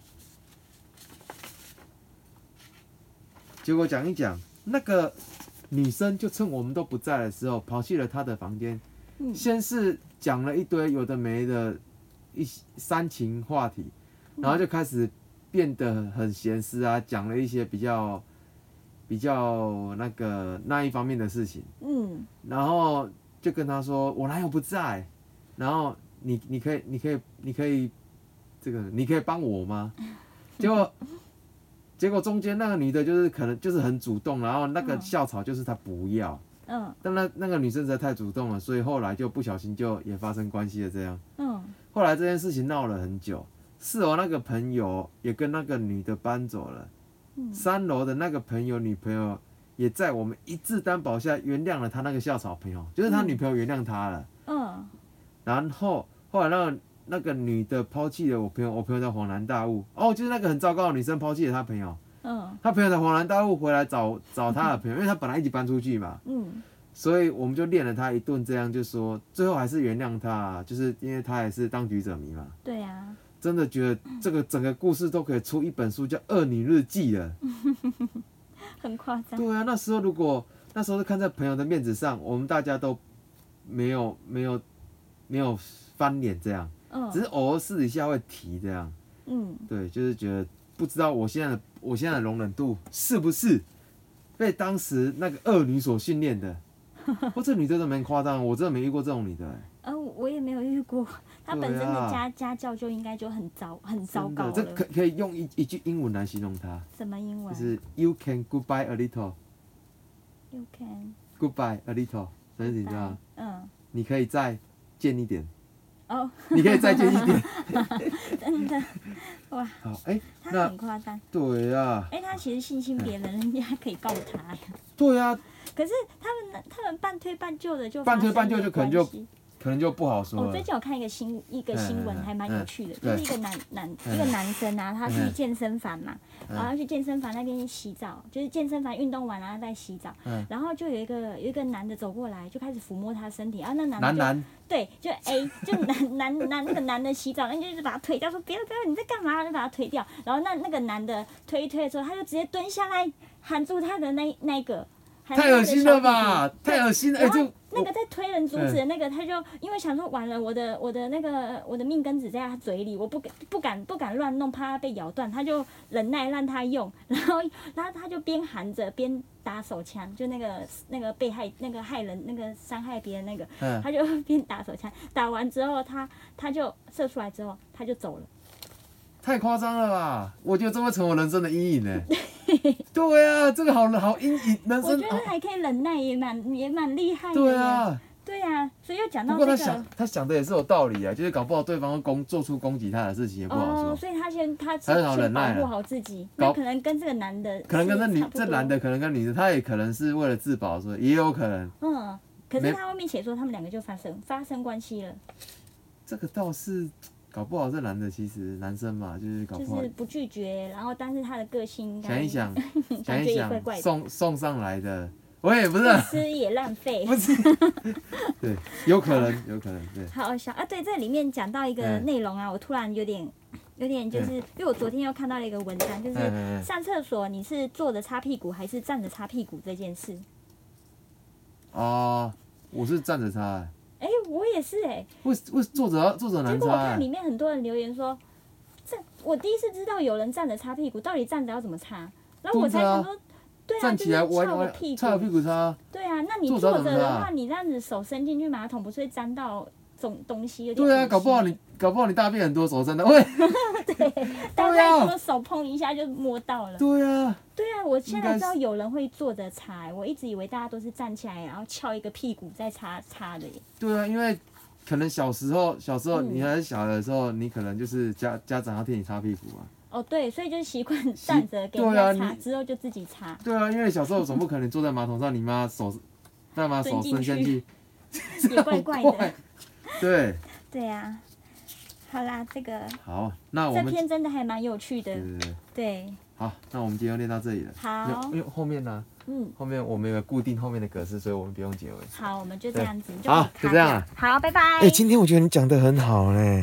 Speaker 1: 结果讲一讲，那个女生就趁我们都不在的时候跑去了他的房间，
Speaker 2: 嗯
Speaker 1: 先是讲了一堆有的没的一些煽情话题，然后就开始变得很闲私啊，讲了一些比较比较那个那一方面的事情。
Speaker 2: 嗯，
Speaker 1: 然后就跟他说我男友不在，然后你你可以你可以你可以这个你可以帮我吗？结果结果中间那个女的就是可能就是很主动，然后那个
Speaker 2: 嗯
Speaker 1: 校草就是她不要，
Speaker 2: 嗯，
Speaker 1: 但那那个女生实在太主动了，所以后来就不小心就也发生关系了这样。
Speaker 2: 嗯，
Speaker 1: 后来这件事情闹了很久，四楼那个朋友也跟那个女的搬走了，
Speaker 2: 嗯
Speaker 1: 三楼的那个朋友女朋友也在我们一致担保下原谅了他那个校草朋友，就是他
Speaker 2: 嗯
Speaker 1: 女朋友原谅他了。
Speaker 2: 嗯，
Speaker 1: 然后后来那个那个女的抛弃了我朋友，我朋友才恍然大悟，哦，就是那个很糟糕的女生抛弃了她朋友，
Speaker 2: 嗯，
Speaker 1: 她朋友才恍然大悟回来找找她的朋友，因为她本来一起搬出去嘛。
Speaker 2: 嗯，
Speaker 1: 所以我们就练了他一顿，这样就说最后还是原谅他啊，就是因为他也是当局者迷嘛。
Speaker 2: 对啊，
Speaker 1: 真的觉得这个整个故事都可以出一本书，叫《恶女日记》了。
Speaker 2: 嗯很夸张。
Speaker 1: 对啊，那时候如果那时候是看在朋友的面子上，我们大家都没有没有没有翻脸这样，只
Speaker 2: 嗯
Speaker 1: 是偶尔私底下会提这样。
Speaker 2: 嗯，
Speaker 1: 对，就是觉得不知道我现在的我现在的容忍度是不是被当时那个恶女所训 练的。我这女真的蛮夸张的，我真的没遇过这种女的、欸。
Speaker 2: 呃，我也没有遇过，他本身
Speaker 1: 对啊
Speaker 2: 的家家教就应该就很糟很糟
Speaker 1: 真的，
Speaker 2: 糕
Speaker 1: 这可
Speaker 2: 了。
Speaker 1: 可以用一一句英文来形容它，
Speaker 2: 什么英文
Speaker 1: 就是 You can goodbye a little,
Speaker 2: ？You can，
Speaker 1: goodbye a little，所以你知道，
Speaker 2: 嗯，
Speaker 1: 你可以再见一点，
Speaker 2: 哦，
Speaker 1: 你可以再见一点。
Speaker 2: 真的，
Speaker 1: 好，哎、
Speaker 2: 他
Speaker 1: 那
Speaker 2: 很夸张。
Speaker 1: 对啊，
Speaker 2: 哎、他其实性侵别人，人家可以告他。
Speaker 1: 对啊，
Speaker 2: 可是他们他们半推半就的就
Speaker 1: 半推半就就可能就
Speaker 2: 发生了关系
Speaker 1: 可能就不好说
Speaker 2: 我
Speaker 1: 了
Speaker 2: 最。近有看一个新一个新闻，
Speaker 1: 嗯嗯嗯
Speaker 2: 还蛮有趣的，就
Speaker 1: 对
Speaker 2: 是一个男男
Speaker 1: 嗯
Speaker 2: 一个男生啊，他去
Speaker 1: 嗯
Speaker 2: 健身房嘛，
Speaker 1: 嗯
Speaker 2: 然后去健身房那边洗澡，就是健身房运动完然后在洗澡
Speaker 1: 嗯，
Speaker 2: 然后就有一个有一个男的走过来，就开始抚摸他身体，然后那男的
Speaker 1: 男
Speaker 2: 就
Speaker 1: 男，
Speaker 2: 对，就 A 就男男男那个男的洗澡，那你就是把他推掉，说不要不要，你在干嘛？就把他推掉。然后那那个男的推一推的时候，他就直接蹲下来含住他的那那个，含
Speaker 1: 太
Speaker 2: 住他的
Speaker 1: 恶心了
Speaker 2: 小
Speaker 1: 吧
Speaker 2: 弟弟！
Speaker 1: 太恶 心了，哎、
Speaker 2: 然后
Speaker 1: 这嗯
Speaker 2: 那个在推人阻止的那个，他就因为想说完了，我的我的那个我的命根子在他嘴里，我不敢不敢不敢乱弄，怕他被咬断，他就忍耐让他用， 然后然后他就边含着边打手枪，就那个那个被害那个害人那个伤害别人那个，
Speaker 1: 嗯，
Speaker 2: 他就 边打手枪，打完之后他他就射出来之后他就走了，
Speaker 1: 太夸张了吧！我觉得这会成我人生的阴影 呢、对啊，这个好好阴影，人
Speaker 2: 我
Speaker 1: 生
Speaker 2: 觉得
Speaker 1: 好。
Speaker 2: 还可以忍耐，也蛮也蛮厉害的耶。
Speaker 1: 对啊，
Speaker 2: 对啊，所以又讲
Speaker 1: 不
Speaker 2: 到
Speaker 1: 过
Speaker 2: 这
Speaker 1: 他想
Speaker 2: 个。
Speaker 1: 他想的也是有道理啊，就是搞不好对方会攻做出攻击他的事情也不好说。
Speaker 2: 哦，所以他先他
Speaker 1: 他很好
Speaker 2: 先
Speaker 1: 忍
Speaker 2: 保
Speaker 1: 耐
Speaker 2: 护
Speaker 1: 了
Speaker 2: 好自己，
Speaker 1: 搞
Speaker 2: 那可能跟这个男的
Speaker 1: 可能跟
Speaker 2: 是
Speaker 1: 这女
Speaker 2: 差不
Speaker 1: 这
Speaker 2: 多
Speaker 1: 男的，可能跟女的，他也可能是为了自保，所以也有可能。
Speaker 2: 嗯，可
Speaker 1: 没
Speaker 2: 是他后面写说他们两个就发生发生关系了，
Speaker 1: 这个倒是搞不好，这男的其实男生嘛，就是搞
Speaker 2: 就
Speaker 1: 不好
Speaker 2: 是不拒绝，然后但是他的个性应
Speaker 1: 想
Speaker 2: 该
Speaker 1: 一 想，想
Speaker 2: 感
Speaker 1: 一
Speaker 2: 觉也怪怪
Speaker 1: 想，送
Speaker 2: 的
Speaker 1: 送上来的，我也不是啊
Speaker 2: 不吃也浪 费。
Speaker 1: 不是， 对，有可能，有可能，对，
Speaker 2: 好好笑啊！对，这里面讲到一个
Speaker 1: 嗯
Speaker 2: 内容啊，我突然有点有点就是，因为我昨天又看到了一个文章，就
Speaker 1: 嗯
Speaker 2: 是
Speaker 1: 嗯嗯，
Speaker 2: 上厕所你是坐着擦屁股还是站着擦屁股这件事。
Speaker 1: 哦，我是站着擦、欸，
Speaker 2: 哎，我也是哎、
Speaker 1: 为为作者作者
Speaker 2: 结
Speaker 1: 难
Speaker 2: 果我
Speaker 1: 擦、
Speaker 2: 看里
Speaker 1: 欸，
Speaker 2: 面很多人留言说，这我第一次知道有人站着擦屁股，到底站着要怎么擦？然后我才
Speaker 1: 蹲着啊
Speaker 2: 想说，对啊，
Speaker 1: 站起来
Speaker 2: 就是
Speaker 1: 弯
Speaker 2: 翘个
Speaker 1: 弯，
Speaker 2: 屁
Speaker 1: 翘个屁
Speaker 2: 股，
Speaker 1: 股擦，
Speaker 2: 对啊，那你
Speaker 1: 坐
Speaker 2: 坐
Speaker 1: 着要
Speaker 2: 着
Speaker 1: 怎么
Speaker 2: 的
Speaker 1: 擦
Speaker 2: 话，你这样子手伸进去马桶，不是会沾到总东西？有点
Speaker 1: 对
Speaker 2: 恶
Speaker 1: 啊，
Speaker 2: 心
Speaker 1: 搞不好你搞不好你大便很多手真的，喂，
Speaker 2: 大
Speaker 1: 对啊
Speaker 2: 家说手碰一下就摸到了。
Speaker 1: 对啊，
Speaker 2: 对啊，我现
Speaker 1: 应该
Speaker 2: 在
Speaker 1: 是
Speaker 2: 知道有人会坐着擦、欸我一直以为大家都是站起来，然后翘一个屁股再擦擦的耶。欸
Speaker 1: 对啊，因为可能小时候，小时候
Speaker 2: 嗯
Speaker 1: 你还是小的时候，你可能就是家家长要替你擦屁股嘛。
Speaker 2: 哦，对，所以就是习惯站着给人
Speaker 1: 对啊
Speaker 2: 家擦，
Speaker 1: 你
Speaker 2: 之后就自己擦。
Speaker 1: 对啊，因为小时候总不可能坐在马桶上，你妈手干嘛手伸
Speaker 2: 伸
Speaker 1: 下
Speaker 2: 进
Speaker 1: 去
Speaker 2: 去，
Speaker 1: 这
Speaker 2: 也怪
Speaker 1: 很
Speaker 2: 怪
Speaker 1: 怪
Speaker 2: 的。
Speaker 1: 对，
Speaker 2: 对啊，好啦，这个
Speaker 1: 好，那我
Speaker 2: 这
Speaker 1: 们
Speaker 2: 篇真的还蛮有趣的
Speaker 1: 对。对对，
Speaker 2: 对，
Speaker 1: 好，那我们今天就练到这里了。没有
Speaker 2: 好
Speaker 1: 因，为后面呢、
Speaker 2: 嗯，
Speaker 1: 后面我们有固定后面的格式，所以我们不用结尾。
Speaker 2: 好，我们就这
Speaker 1: 对
Speaker 2: 样子，你就
Speaker 1: 好就
Speaker 2: 可以卡
Speaker 1: 这样
Speaker 2: 掉
Speaker 1: 啊
Speaker 2: 好，拜拜。
Speaker 1: 哎、今天我觉得你讲的很好嘞、